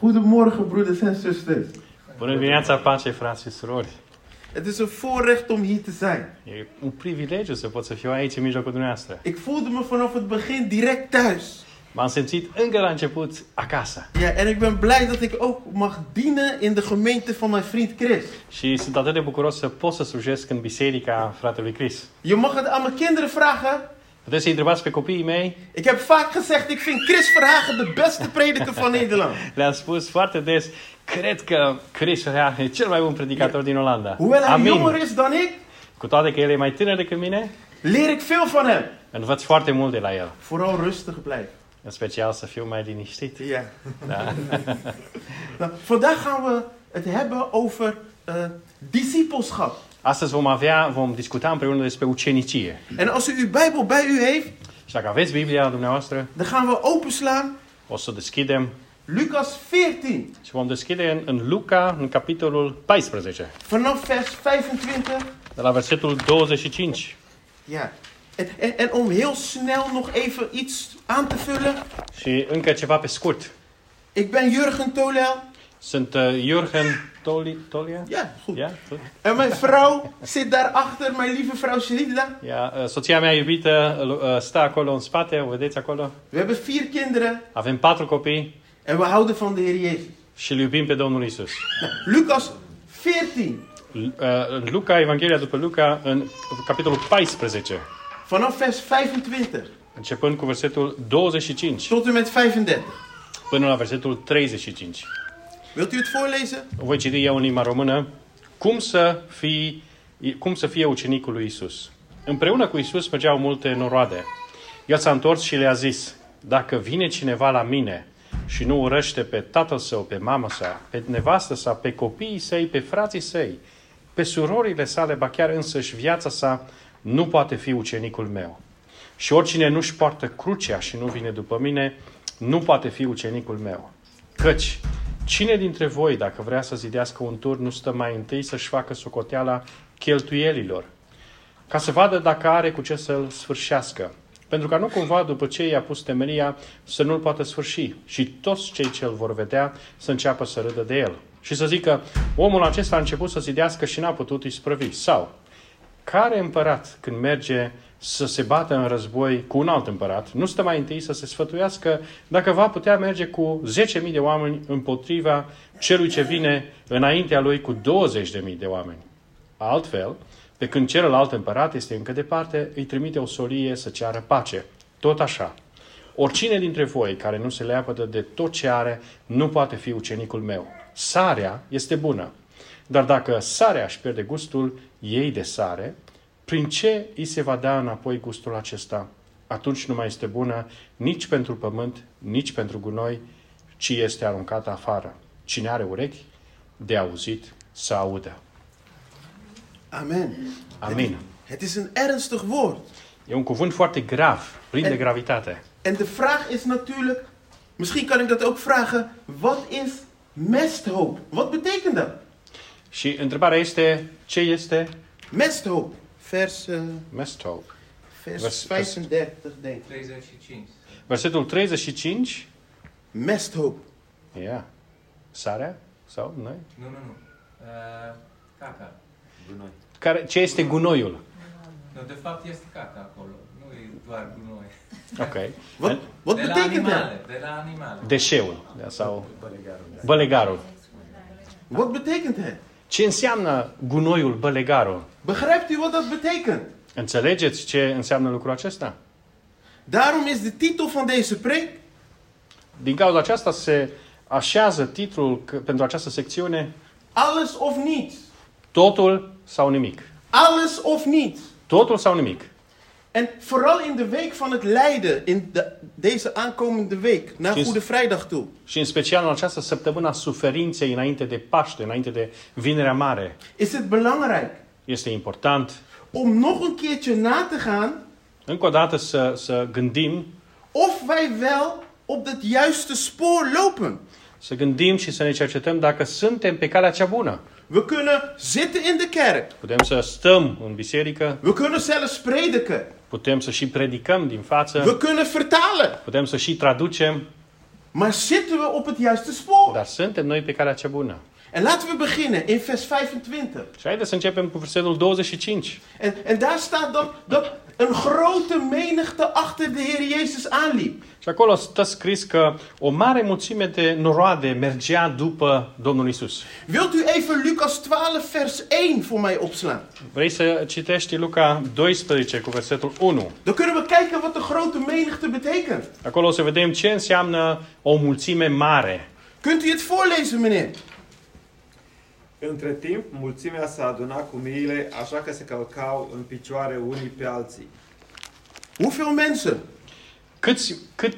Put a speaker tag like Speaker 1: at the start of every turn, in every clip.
Speaker 1: Goedemorgen broeders en zusters.
Speaker 2: Bună dimineața, pace, frați și surori!
Speaker 1: Het is een voorrecht om hier te zijn.
Speaker 2: E un privilegiu să pot să fiu aici în mijlocul dumneavoastră.
Speaker 1: Ik voelde me vanaf het begin direct thuis.
Speaker 2: M-am simțit încă la început acasă
Speaker 1: Ja, en ik ben blij dat ik ook mag dienen in de gemeente van mijn vriend Chris.
Speaker 2: și sunt atât de bucuros să pot să slujesc în biserica fratelui Chris.
Speaker 1: Je mag het aan mijn kinderen vragen.
Speaker 2: Puteți să-i întrebați pe copiii mei,
Speaker 1: Ik heb vaak gezegd, ik vind Chris Verhagen de beste prediker van Nederland.
Speaker 2: le-am spus foarte des, cred că Chris Rea e cel mai bun predicator din Olanda.
Speaker 1: Hoewel hij jonger
Speaker 2: Amin!
Speaker 1: is dan ik,
Speaker 2: Cu toate că el e mai tânăr decât mine,
Speaker 1: leer ik veel van hem.
Speaker 2: învăț foarte mult de la el.
Speaker 1: Vooral rustig blijven.
Speaker 2: În special să fiu mai liniștit.
Speaker 1: Ja.
Speaker 2: Da.
Speaker 1: Nou, vandaag gaan we het hebben over eh, discipelschap.
Speaker 2: Astăzi vom avea, vom discuta împreună despre ucenicie.
Speaker 1: En als u uw Bijbel bij u heeft,
Speaker 2: Și dacă aveți Biblia dumneavoastră,
Speaker 1: dan gaan we openslaan
Speaker 2: o să o deschidem
Speaker 1: Lucas 14,
Speaker 2: Și vom deschide în, în Luca, în capitolul 14,
Speaker 1: vanaf vers 25.
Speaker 2: de la versetul 25.
Speaker 1: Ja. En, en, en om heel snel nog even iets aan te vullen.
Speaker 2: Și încă ceva pe scurt.
Speaker 1: Ik ben Jurgen Tolel.
Speaker 2: Sunt uh, Jurgen Toli, Tolia?
Speaker 1: Ja, goed.
Speaker 2: Ia, tot.
Speaker 1: En mijn vrouw zit daarachter, mijn lieve vrouw Sherida.
Speaker 2: Ia, uh, soția mea iubită uh, uh, stă acolo în spate, o vedeți acolo.
Speaker 1: We hebben vier kinderen
Speaker 2: Avem patru copii
Speaker 1: en we houden van de Heer Jezus.
Speaker 2: și îl iubim pe Domnul Isus. uh,
Speaker 1: Lucas 14,
Speaker 2: În Luca, Evanghelia după Luca, în capitolul 14,
Speaker 1: vanaf vers 25
Speaker 2: începând cu versetul 25
Speaker 1: tot en met 35.
Speaker 2: până la versetul 35.
Speaker 1: Wilt u het voorlezen?
Speaker 2: O voi citi eu în limba română. Cum să, fii, cum să fie ucenicul lui Isus? Împreună cu Isus mergeau multe noroade. El s-a întors și le-a zis, dacă vine cineva la mine și nu urăște pe tatăl său, pe mama sa, pe nevastă sa, pe copiii săi, pe frații săi, pe surorile sale, ba chiar însăși viața sa, nu poate fi ucenicul meu. Și oricine nu-și poartă crucea și nu vine după mine, nu poate fi ucenicul meu. Căci, cine dintre voi, dacă vrea să zidească un tur, nu stă mai întâi să-și facă socoteala cheltuielilor, ca să vadă dacă are cu ce să-l sfârșească? Pentru ca nu cumva, după ce i-a pus temelia, să nu-l poată sfârși și toți cei ce îl vor vedea să înceapă să râdă de el. Și să zică, omul acesta a început să zidească și n-a putut isprăvi. Sau, care împărat, când merge să se bată în război cu un alt împărat, nu stă mai întâi să se sfătuiască dacă va putea merge cu 10.000 de oameni împotriva celui ce vine înaintea lui cu 20.000 de oameni? Altfel, pe când celălalt împărat este încă departe, îi trimite o solie să ceară pace. Tot așa. Oricine dintre voi care nu se leapădă de tot ce are, nu poate fi ucenicul meu. Sarea este bună, dar dacă sarea își pierde gustul ei de sare, prin ce îi se va da înapoi gustul acesta? Atunci nu mai este bună nici pentru pământ, nici pentru gunoi, ci este aruncată afară. Cine are urechi de auzit să audă.
Speaker 1: Amen.
Speaker 2: Amin.
Speaker 1: Het is een ernstig woord.
Speaker 2: E un cuvânt foarte grav, plin de gravitate.
Speaker 1: En de vraag is natuurlijk, misschien kan ik dat ook vragen, wat is mesthoop? Wat betekent dat?
Speaker 2: Și întrebarea este, ce este
Speaker 1: Mesthoop. Vers, eh,
Speaker 2: mesthoop?
Speaker 1: vers
Speaker 2: Vers-
Speaker 1: 35, denk ik.
Speaker 3: 35.
Speaker 2: Versetul 35,
Speaker 1: Mesthoop.
Speaker 2: ia, sarea sau noi?
Speaker 3: Nu, nu, nu. Uh, caca.
Speaker 2: Care, ce este gunoiul?
Speaker 3: Nu, de fapt este caca acolo. Nu e doar gunoi.
Speaker 2: Ok.
Speaker 1: Wat, wat
Speaker 3: de la
Speaker 1: betekent dat?
Speaker 3: animale, de la animale.
Speaker 2: Deșeul da, sau bălegarul. da.
Speaker 1: Wat betekent het?
Speaker 2: Ce înseamnă gunoiul, bălegarul?
Speaker 1: Begrijpt u wat dat betekent?
Speaker 2: Înțelegeți ce înseamnă lucrul acesta?
Speaker 1: Daarom is de titel van deze preek
Speaker 2: Din cauza aceasta se așează titlul că- pentru această secțiune
Speaker 1: Alles of niets.
Speaker 2: Totul sau nimic.
Speaker 1: Alles of niets.
Speaker 2: Totul sau nimic.
Speaker 1: En vooral in de week van het lijden, in de- deze aankomende week, naar
Speaker 2: Jezus.
Speaker 1: Goede Vrijdag toe.
Speaker 2: Și în special în această săptămână a suferinței înainte de Paște, înainte de Vinerea Mare,
Speaker 1: is het belangrijk
Speaker 2: este important
Speaker 1: om nog een keertje na te gaan
Speaker 2: încă o dată să, să gândim,
Speaker 1: of wij wel op het juiste spoor lopen.
Speaker 2: să gândim și să ne cercetăm dacă suntem pe calea cea bună.
Speaker 1: We kunnen zitten in de kerk.
Speaker 2: Putem să stăm în biserică,
Speaker 1: We kunnen zelfs prediken.
Speaker 2: putem să și predicăm din
Speaker 1: We
Speaker 2: față,
Speaker 1: kunnen vertalen.
Speaker 2: putem să și traducem,
Speaker 1: Maar zitten we op het juiste spoor?
Speaker 2: Dar suntem noi pe calea cea bună.
Speaker 1: En laten we beginnen in vers 25.
Speaker 2: Și haideți să începem cu versetul 25.
Speaker 1: En, en daar staat dat, dat een grote menigte achter de Heer Jezus aanliep.
Speaker 2: Și acolo stă scris că o mare mulțime de noroade mergea după Domnul Isus.
Speaker 1: Wilt u even Lucas 12, vers 1 voor mij opslaan?
Speaker 2: Vrei să citești Luca 12 cu versetul 1.
Speaker 1: Dan kunnen we kijken wat de grote menigte betekent.
Speaker 2: Acolo o să vedem ce înseamnă o mulțime mare.
Speaker 1: Kunt u het voorlezen, meneer?
Speaker 4: Între timp, mulțimea s-a adunat cu miile, așa că se călcau în picioare unii pe alții.
Speaker 1: Hoeveel mensen?
Speaker 2: Câți, cât,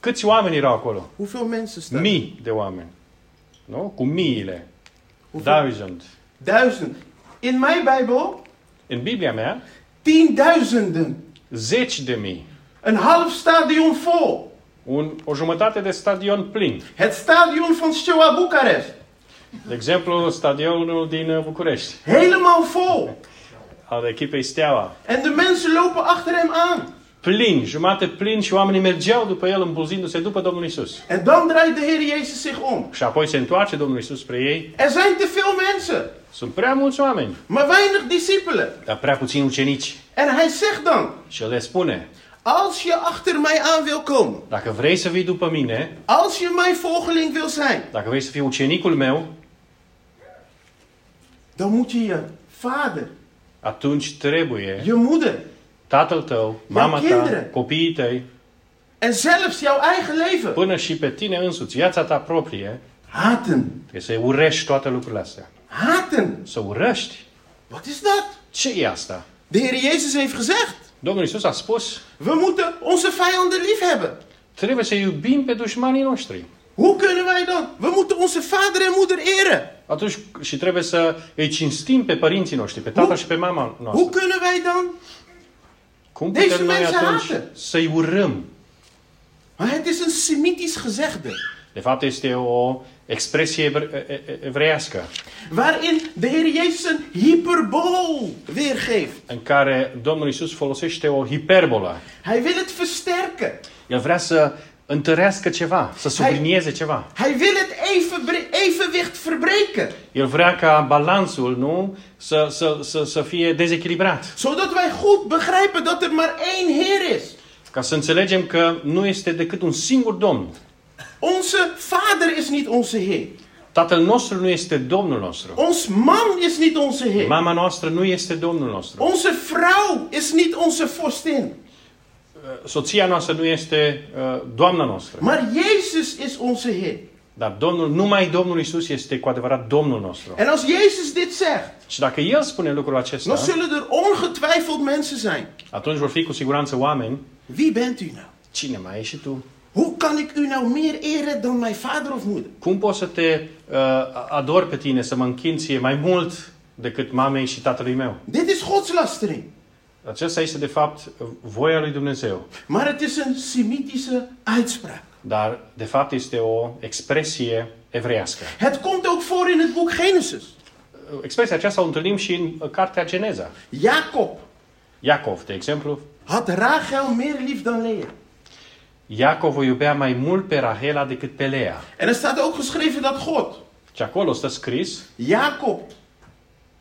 Speaker 2: câți oameni erau acolo?
Speaker 1: Hoeveel mensen staan?
Speaker 2: Mii de oameni. Nu? Cu miile.
Speaker 1: Hoeveel?
Speaker 2: Thousand.
Speaker 1: Duizend. In mijn Bijbel,
Speaker 2: În Biblia mea,
Speaker 1: tienduizenden.
Speaker 2: zeci de mii.
Speaker 1: Een half stadion vol.
Speaker 2: Un, o jumătate de stadion plin.
Speaker 1: Het stadion van Steaua Boekarest.
Speaker 2: De exemplu, stadionul din uh, București,
Speaker 1: Helemaal vol.
Speaker 2: al echipei Steaua.
Speaker 1: En de mensen lopen achter hem aan.
Speaker 2: Plin, jumate plin și oamenii mergeau după el îmbulzindu-se după Domnul Isus.
Speaker 1: En dan draait de Heer Jezus zich om.
Speaker 2: Și apoi se întoarce Domnul Isus spre ei.
Speaker 1: Er zijn te veel mensen,
Speaker 2: Sunt prea mulți oameni,
Speaker 1: maar weinig discipelen.
Speaker 2: dar prea puțini ucenici.
Speaker 1: En hij zegt dan:
Speaker 2: Și el le spune,
Speaker 1: Als je achter mij aan wil komen,
Speaker 2: dacă vrei să vii după mine,
Speaker 1: als je mijn volgeling wil zijn,
Speaker 2: dacă vrei să fii ucenicul meu,
Speaker 1: dan moet je je vader,
Speaker 2: atunci trebuie
Speaker 1: je moeder
Speaker 2: tatăl tău, mama ta,
Speaker 1: Kinderen.
Speaker 2: copiii tăi,
Speaker 1: en zelfs jouw eigen leven
Speaker 2: până și pe tine însuți, viața ta proprie,
Speaker 1: haten.
Speaker 2: trebuie să urești toate lucrurile astea.
Speaker 1: Haten.
Speaker 2: Să urăști?
Speaker 1: Wat is dat?
Speaker 2: Ce e asta?
Speaker 1: De Heer Jezus heeft gezegd:
Speaker 2: Domnul Isus a spus,
Speaker 1: We moeten onze vijanden lief hebben.
Speaker 2: trebuie să iubim pe dușmanii noștri.
Speaker 1: Hoe kunnen wij dan? We moeten onze vader en moeder eren.
Speaker 2: Atunci și trebuie să îi cinstim pe părinții noștri, pe tatăl și pe mama
Speaker 1: Hoe
Speaker 2: noastră.
Speaker 1: kunnen wij dan?
Speaker 2: Cum
Speaker 1: Deze
Speaker 2: putem noi
Speaker 1: mensen
Speaker 2: atunci
Speaker 1: haten.
Speaker 2: să-i urâm?
Speaker 1: Maar het is een semitisch gezegde.
Speaker 2: De fapt este o expresie evre- e- e- evreiască
Speaker 1: Waarin de Heer Jezus een hyperbool weergeeft.
Speaker 2: în care Domnul Isus folosește o hiperbolă.
Speaker 1: Hij wil het versterken.
Speaker 2: El vrea să întărească ceva, să sublinieze ceva.
Speaker 1: Hij wil het evenbre- evenwicht verbreken.
Speaker 2: El vrea ca balansul, nu, să, să, să, să fie dezechilibrat.
Speaker 1: Zodat wij goed begrijpen dat er maar één Heer is.
Speaker 2: Ca să înțelegem că nu este decât un singur Domn.
Speaker 1: Onze vader is niet onze Heer.
Speaker 2: Tatăl nostru nu este Domnul nostru.
Speaker 1: Ons man is niet onze Heer.
Speaker 2: Mama noastră nu este Domnul nostru.
Speaker 1: Onze vrouw is niet onze vorstin.
Speaker 2: Soția noastră nu este uh, Doamna noastră.
Speaker 1: Maar Jezus is onze Heer.
Speaker 2: Dar Domnul, numai Domnul Isus este cu adevărat Domnul nostru.
Speaker 1: En als Jezus dit zegt,
Speaker 2: Și dacă El spune lucrul acesta,
Speaker 1: dan zullen er ongetwijfeld mensen zijn.
Speaker 2: atunci vor fi cu siguranță oameni.
Speaker 1: Wie bent u nou?
Speaker 2: Cine mai ești și tu?
Speaker 1: Hoe kan ik u nou meer eren dan mijn vader of moeder?
Speaker 2: Cum pot să te uh, ador pe tine, să mă închin ție mai mult decât mamei și tatălui meu?
Speaker 1: Dit is godslastering.
Speaker 2: Acesta este, de fapt, voia lui Dumnezeu.
Speaker 1: Maar het is een semitische uitspraak.
Speaker 2: Dar, de fapt, este o expresie evreiască.
Speaker 1: Het komt ook voor in het boek Genesis.
Speaker 2: Expresia aceasta o întâlnim și în uh, cartea Geneza.
Speaker 1: Jacob
Speaker 2: Iacov, de exemplu,
Speaker 1: had Rachel meer lief dan Lea.
Speaker 2: Iacov o iubea mai mult pe Rahela decât pe Lea.
Speaker 1: En er staat ook geschreven dat God
Speaker 2: Și acolo stă scris
Speaker 1: Jacob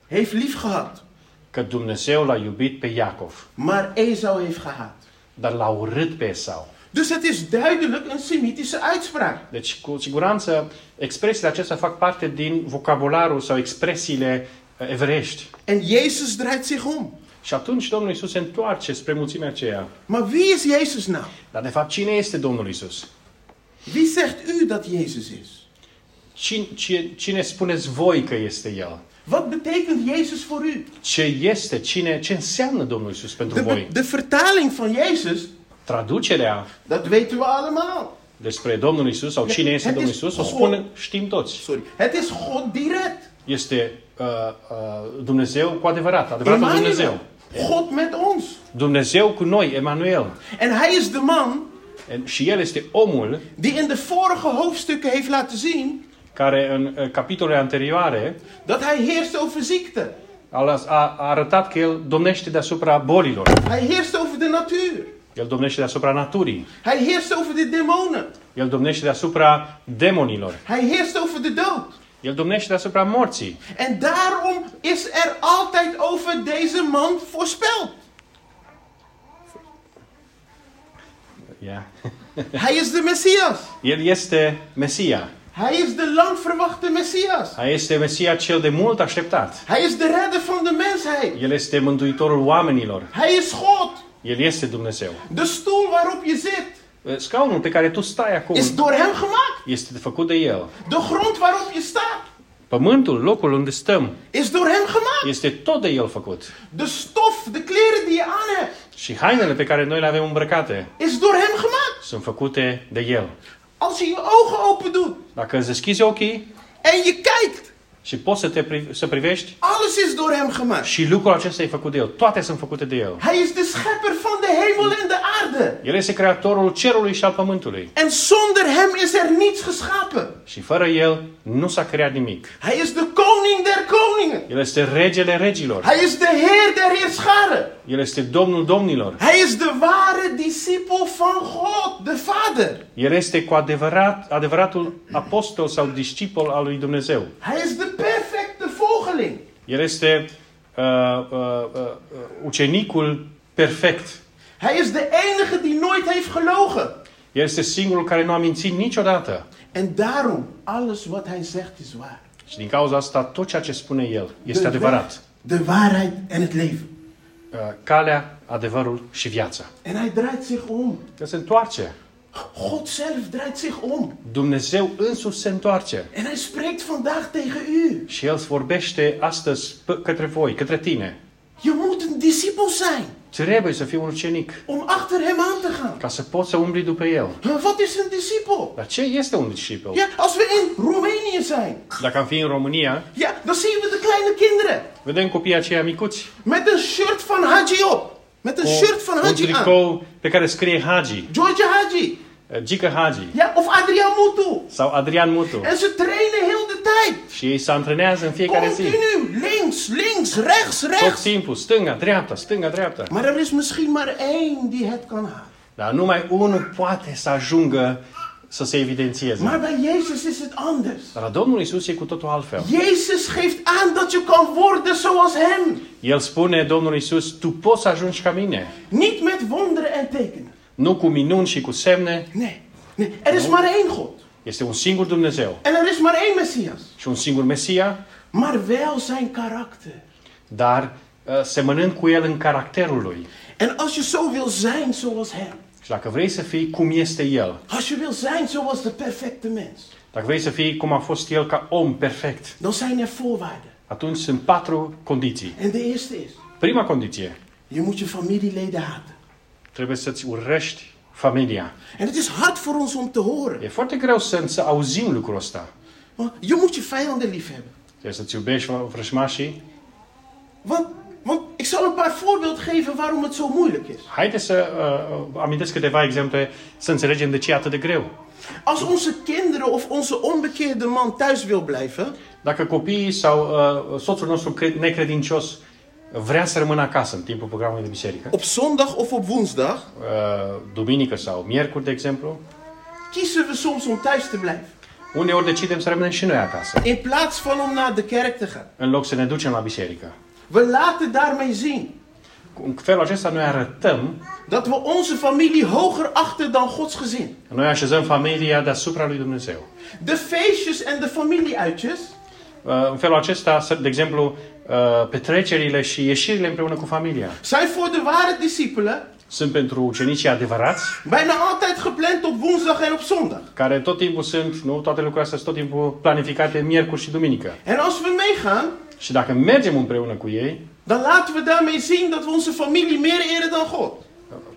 Speaker 1: heeft lief gehad,
Speaker 2: că Dumnezeu l-a iubit pe Iacov,
Speaker 1: maar Esau heeft gehaat.
Speaker 2: dar l-a urât pe Esau.
Speaker 1: Dus het is duidelijk een semitische uitspraak.
Speaker 2: Deci, cu siguranță, expresiile acestea fac parte din vocabularul sau expresiile uh, evreiești.
Speaker 1: En Jezus draait zich om.
Speaker 2: Și atunci Domnul Isus se întoarce spre mulțimea aceea.
Speaker 1: Maar wie is Jezus nou?
Speaker 2: Dar, de fapt, cine este Domnul Isus?
Speaker 1: Wie zegt u dat Jezus is?
Speaker 2: Cine, cine, cine spuneți voi că este El?
Speaker 1: Wat betekent Jezus voor u?
Speaker 2: Ce este? Cine, ce înseamnă Domnul Isus pentru
Speaker 1: De, be-
Speaker 2: voi?
Speaker 1: de vertaling van Jezus,
Speaker 2: Traducerea
Speaker 1: dat weten we allemaal.
Speaker 2: despre Domnul Isus sau cine este
Speaker 1: Haideți-
Speaker 2: Domnul Isus o
Speaker 1: Ho-
Speaker 2: spune, știm toți.
Speaker 1: Sorry. Het is God direct.
Speaker 2: Este uh, uh, Dumnezeu cu adevărat, adevăratul
Speaker 1: Emmanuel.
Speaker 2: Dumnezeu.
Speaker 1: God met ons.
Speaker 2: Dumnezeu cu noi, Emanuel.
Speaker 1: En hij is de man
Speaker 2: En- Și El este omul
Speaker 1: die in de vorige hoofdstukken heeft laten zien
Speaker 2: care în uh, capitolele anterioare
Speaker 1: dat hij heerst over ziekte.
Speaker 2: a, las- a a arătat că El domnește deasupra bolilor.
Speaker 1: Hij heerst over de natuur.
Speaker 2: El domnește deasupra naturii.
Speaker 1: Hij heerst over de demonen.
Speaker 2: El domnește deasupra demonilor.
Speaker 1: Hij heerst over de dood.
Speaker 2: El domnește deasupra morții.
Speaker 1: En daarom is er altijd over deze man voorspeld.
Speaker 2: Yeah.
Speaker 1: Hij is de Messias.
Speaker 2: El este Mesia.
Speaker 1: Hij is de lang verwachte Messias.
Speaker 2: Hij este Mesia cel de mult așteptat.
Speaker 1: Hij is de redder van de mensheid.
Speaker 2: El este mântuitorul oamenilor.
Speaker 1: Hij is God.
Speaker 2: El este Dumnezeu.
Speaker 1: De stoel waarop je zit
Speaker 2: Scaunul pe care tu stai acum
Speaker 1: is door hem gemaakt.
Speaker 2: este făcut de El.
Speaker 1: De grond waarop je staat
Speaker 2: Pământul, locul unde stăm,
Speaker 1: is door hem gemaakt.
Speaker 2: este tot de El făcut.
Speaker 1: De stof, de kleren die je aan hebt,
Speaker 2: Și hainele pe care noi le avem îmbrăcate
Speaker 1: is door hem gemaakt.
Speaker 2: sunt făcute de El.
Speaker 1: Als je je ogen open doet
Speaker 2: Dacă îți deschizi ochii
Speaker 1: en je kijkt,
Speaker 2: și poți să te pri- să privești,
Speaker 1: alles is door hem gemaakt.
Speaker 2: și lucrul acesta e făcut de El. Toate sunt făcute de El.
Speaker 1: Hij is de schepper van de hemel en de aarde.
Speaker 2: El este creatorul cerului și al pământului.
Speaker 1: En zonder hem is er niets geschapen.
Speaker 2: Și fără El nu s-a creat nimic.
Speaker 1: Hij is de koning der koningen.
Speaker 2: El este regele regilor.
Speaker 1: Hij is de heer der heerscharen.
Speaker 2: El este domnul domnilor.
Speaker 1: Hij is de ware discipel van God, de Vader.
Speaker 2: El este cu adevărat, adevăratul apostol sau discipol al lui Dumnezeu.
Speaker 1: Hij is de perfecte volgeling.
Speaker 2: El este uh, uh, uh, uh, ucenicul perfect.
Speaker 1: Hij is de enige die nooit heeft gelogen.
Speaker 2: El este singurul care nu a mințit niciodată.
Speaker 1: En daarom, alles wat hij zegt is waar.
Speaker 2: Și din cauza asta, tot ceea ce spune el este
Speaker 1: De
Speaker 2: adevărat.
Speaker 1: weg, De waarheid en het leven.
Speaker 2: Uh, Calea, adevărul și viața.
Speaker 1: En hij draait zich om.
Speaker 2: El se întoarce.
Speaker 1: God zelf draait zich om.
Speaker 2: Dumnezeu însuși se întoarce.
Speaker 1: En hij spreekt vandaag tegen u.
Speaker 2: Și El vorbește astăzi p- către voi, către tine.
Speaker 1: Je moet een discipel zijn
Speaker 2: Trebuie să fii un ucenic
Speaker 1: om achter hem aan te gaan.
Speaker 2: ca să poți să umbli după El.
Speaker 1: Huh, Wat is een discipel?
Speaker 2: Dar ce este un discipel?
Speaker 1: Ja, als we in Roemenië zijn,
Speaker 2: Dacă am fi în România,
Speaker 1: ja, dan zien we de kleine kinderen.
Speaker 2: vedem copiii aceia micuți
Speaker 1: Met een shirt van Haji op. Met
Speaker 2: Oh,
Speaker 1: een shirt van
Speaker 2: un
Speaker 1: Haji aan.
Speaker 2: tricou pe care scrie Hagi, eh,
Speaker 1: George Haji.
Speaker 2: Gică Hagi
Speaker 1: Ja, of Adrian Mutu.
Speaker 2: sau Adrian Mutu.
Speaker 1: En ze trainen heel de tijd.
Speaker 2: Și ei se antrenează în fiecare zi.
Speaker 1: Continu. Links, links, rechts,
Speaker 2: Tot
Speaker 1: rechts.
Speaker 2: timpul, stânga, dreapta, stânga, dreapta.
Speaker 1: Maar er is misschien maar één die het kan halen.
Speaker 2: Dar numai unul poate să ajungă să se evidențieze.
Speaker 1: Maar bij Jezus is het anders.
Speaker 2: Dar la Domnul Isus e cu totul altfel.
Speaker 1: Jezus geeft aan dat je kan worden zoals Hem.
Speaker 2: El spune, Domnul Isus, tu poți să ajungi ca mine.
Speaker 1: Niet met wonderen en tekenen.
Speaker 2: Nu cu minuni și cu semne.
Speaker 1: Nee, nee. er is maar één God.
Speaker 2: Este un singur Dumnezeu
Speaker 1: En er is maar één Messias.
Speaker 2: și un singur Mesia,
Speaker 1: Maar wel zijn karakter.
Speaker 2: dar uh, semănând cu El în caracterul Lui.
Speaker 1: En als je zo wil zijn zoals Hem.
Speaker 2: Și dacă vrei să fii cum este El,
Speaker 1: Als je wil zijn zoals de perfecte mens,
Speaker 2: Dacă vrei să fii cum a fost el ca om perfect,
Speaker 1: dan zijn er voorwaarden.
Speaker 2: atunci sunt patru condiții.
Speaker 1: En de eerste is,
Speaker 2: Prima condiție,
Speaker 1: je moet je familieleden haten.
Speaker 2: trebuie să-ți urăști familia.
Speaker 1: En het is hard voor ons om te horen.
Speaker 2: E foarte greu să, să auzim lucrul ăsta.
Speaker 1: Want je moet je vijanden lief hebben.
Speaker 2: Trebuie să-ți iubești vrăjmașii.
Speaker 1: Want, want ik zal een paar voorbeelden geven waarom het zo moeilijk is.
Speaker 2: Haideți să uh, amintesc câteva exemple să înțelegem de ce e atât de greu.
Speaker 1: Als onze kinderen of onze onbekeerde man thuis wil blijven,
Speaker 2: Dacă copiii sau uh, soțul nostru cre- necredincios vrea să rămână acasă în timpul programului de biserică,
Speaker 1: op zondag of op woensdag,
Speaker 2: uh, duminică sau miercuri, de exemplu,
Speaker 1: kiezen we soms om thuis te blijven.
Speaker 2: uneori decidem să rămânem și noi acasă,
Speaker 1: In plaats van om naar de kerk te gaan.
Speaker 2: în loc să ne ducem la biserică.
Speaker 1: We laten daarmee zien
Speaker 2: În felul acesta noi arătăm,
Speaker 1: dat we onze familie hoger achten dan Gods gezin.
Speaker 2: noi așezăm familia deasupra lui Dumnezeu.
Speaker 1: De feestjes en de familieuitjes
Speaker 2: Uh, În felul acesta, să- de exemplu, uh, petrecerile și ieșirile împreună cu familia
Speaker 1: zijn voor de ware discipelen
Speaker 2: sunt pentru ucenicii adevărați,
Speaker 1: bijna altijd gepland op woensdag en op zondag.
Speaker 2: care tot timpul sunt, nu, toate lucrurile astea sunt tot timpul planificate miercuri și duminică.
Speaker 1: En als we meegaan,
Speaker 2: Și dacă mergem împreună cu ei,
Speaker 1: dan laten we daarmee zien dat we onze familie meer eren dan God.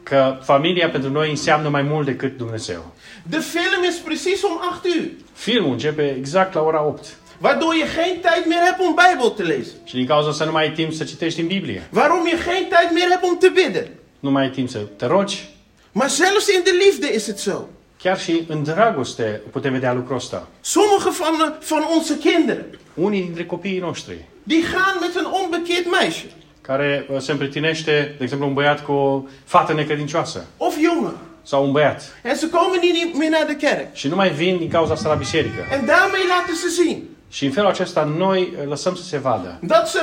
Speaker 2: că familia pentru noi înseamnă mai mult decât Dumnezeu.
Speaker 1: De film is precies om 8 uur,
Speaker 2: Filmul începe exact la ora 8
Speaker 1: waardoor je geen tijd meer hebt om Bijbel te lezen.
Speaker 2: și din cauza să nu mai ai timp să citești din Biblie,
Speaker 1: Waarom je geen tijd meer hebt om te bidden.
Speaker 2: nu mai ai timp să te rogi,
Speaker 1: Maar zelfs in de liefde is het zo.
Speaker 2: chiar și în dragoste putem vedea lucrul ăsta.
Speaker 1: Sommige van, de- van onze kinderen,
Speaker 2: Unii dintre copiii noștri
Speaker 1: die gaan met een onbekeerd meisje.
Speaker 2: care uh, se împretinește, de exemplu, un băiat cu o fată necredincioasă
Speaker 1: Of jongen.
Speaker 2: sau un băiat
Speaker 1: En ze komen niet meer naar de kerk.
Speaker 2: și nu mai vin din cauza asta la biserică.
Speaker 1: En daarmee laten ze zien
Speaker 2: Și în felul acesta noi uh, lăsăm să se vadă
Speaker 1: dat ze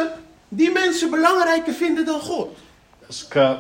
Speaker 1: die mensen belangrijker vinden dan God.
Speaker 2: că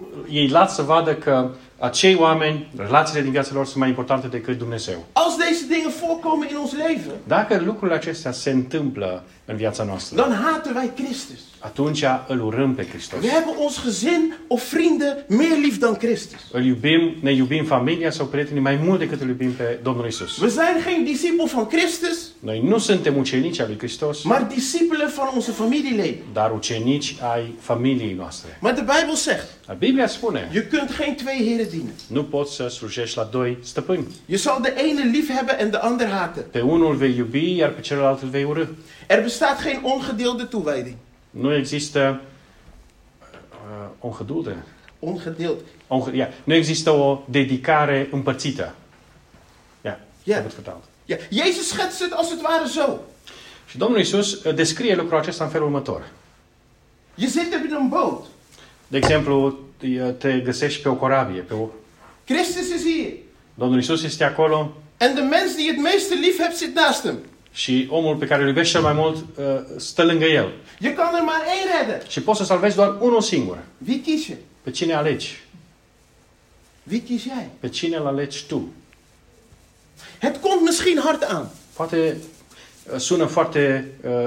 Speaker 2: uh, ei lat să vadă că acei oameni, relațiile din viața lor sunt mai importante decât Dumnezeu.
Speaker 1: Als deze dingen voorkomen in ons leven,
Speaker 2: Dacă lucrurile acestea se întâmplă în viața noastră,
Speaker 1: dan haten wij Christus.
Speaker 2: atunci îl urâm pe Hristos.
Speaker 1: We hebben ons gezin of vrienden meer lief dan Christus.
Speaker 2: Îl iubim, ne iubim familia sau prietenii mai mult decât îl iubim pe Domnul Isus.
Speaker 1: We zijn geen discipel van Christus,
Speaker 2: Noi nu suntem ucenici al lui Hristos,
Speaker 1: maar discipelen van onze familieleden.
Speaker 2: dar ucenici ai familiei noastre.
Speaker 1: Maar de Bijbel zegt,
Speaker 2: Dar Biblia spune,
Speaker 1: je kunt geen twee heren dienen.
Speaker 2: nu poți să slujești la doi stăpâni.
Speaker 1: Je zal de ene lief hebben en de ander haten.
Speaker 2: Pe unul vei iubi, iar pe celălalt îl vei urâ.
Speaker 1: Er bestaat geen ongedeelde toewijding.
Speaker 2: Nu există uh, ongedulde.
Speaker 1: Ongedeeld.
Speaker 2: Onge- ja, nu există o dedicare împărțită. Ja,
Speaker 1: Ja.
Speaker 2: yeah. vertaald.
Speaker 1: Ja, Jezus schetst het als het ware zo.
Speaker 2: Și Domnul Isus uh, descrie lucrul acesta în felul următor.
Speaker 1: Je zit in een boot.
Speaker 2: De exemplu, te- te găsești pe o corabie. Pe o...
Speaker 1: Christus is hier.
Speaker 2: Domnul Isus este acolo
Speaker 1: En de mens die het meeste lief hebt zit naast hem.
Speaker 2: și omul pe care îl iubești cel mai mult uh, stă lângă el.
Speaker 1: Je kan er maar één redden.
Speaker 2: Și poți să salvezi doar unul singur.
Speaker 1: Wie kies je?
Speaker 2: Pe cine alegi?
Speaker 1: Wie kies jij?
Speaker 2: Pe cine îl alegi tu?
Speaker 1: Het komt misschien hard aan.
Speaker 2: Poate uh, sună foarte uh, uh,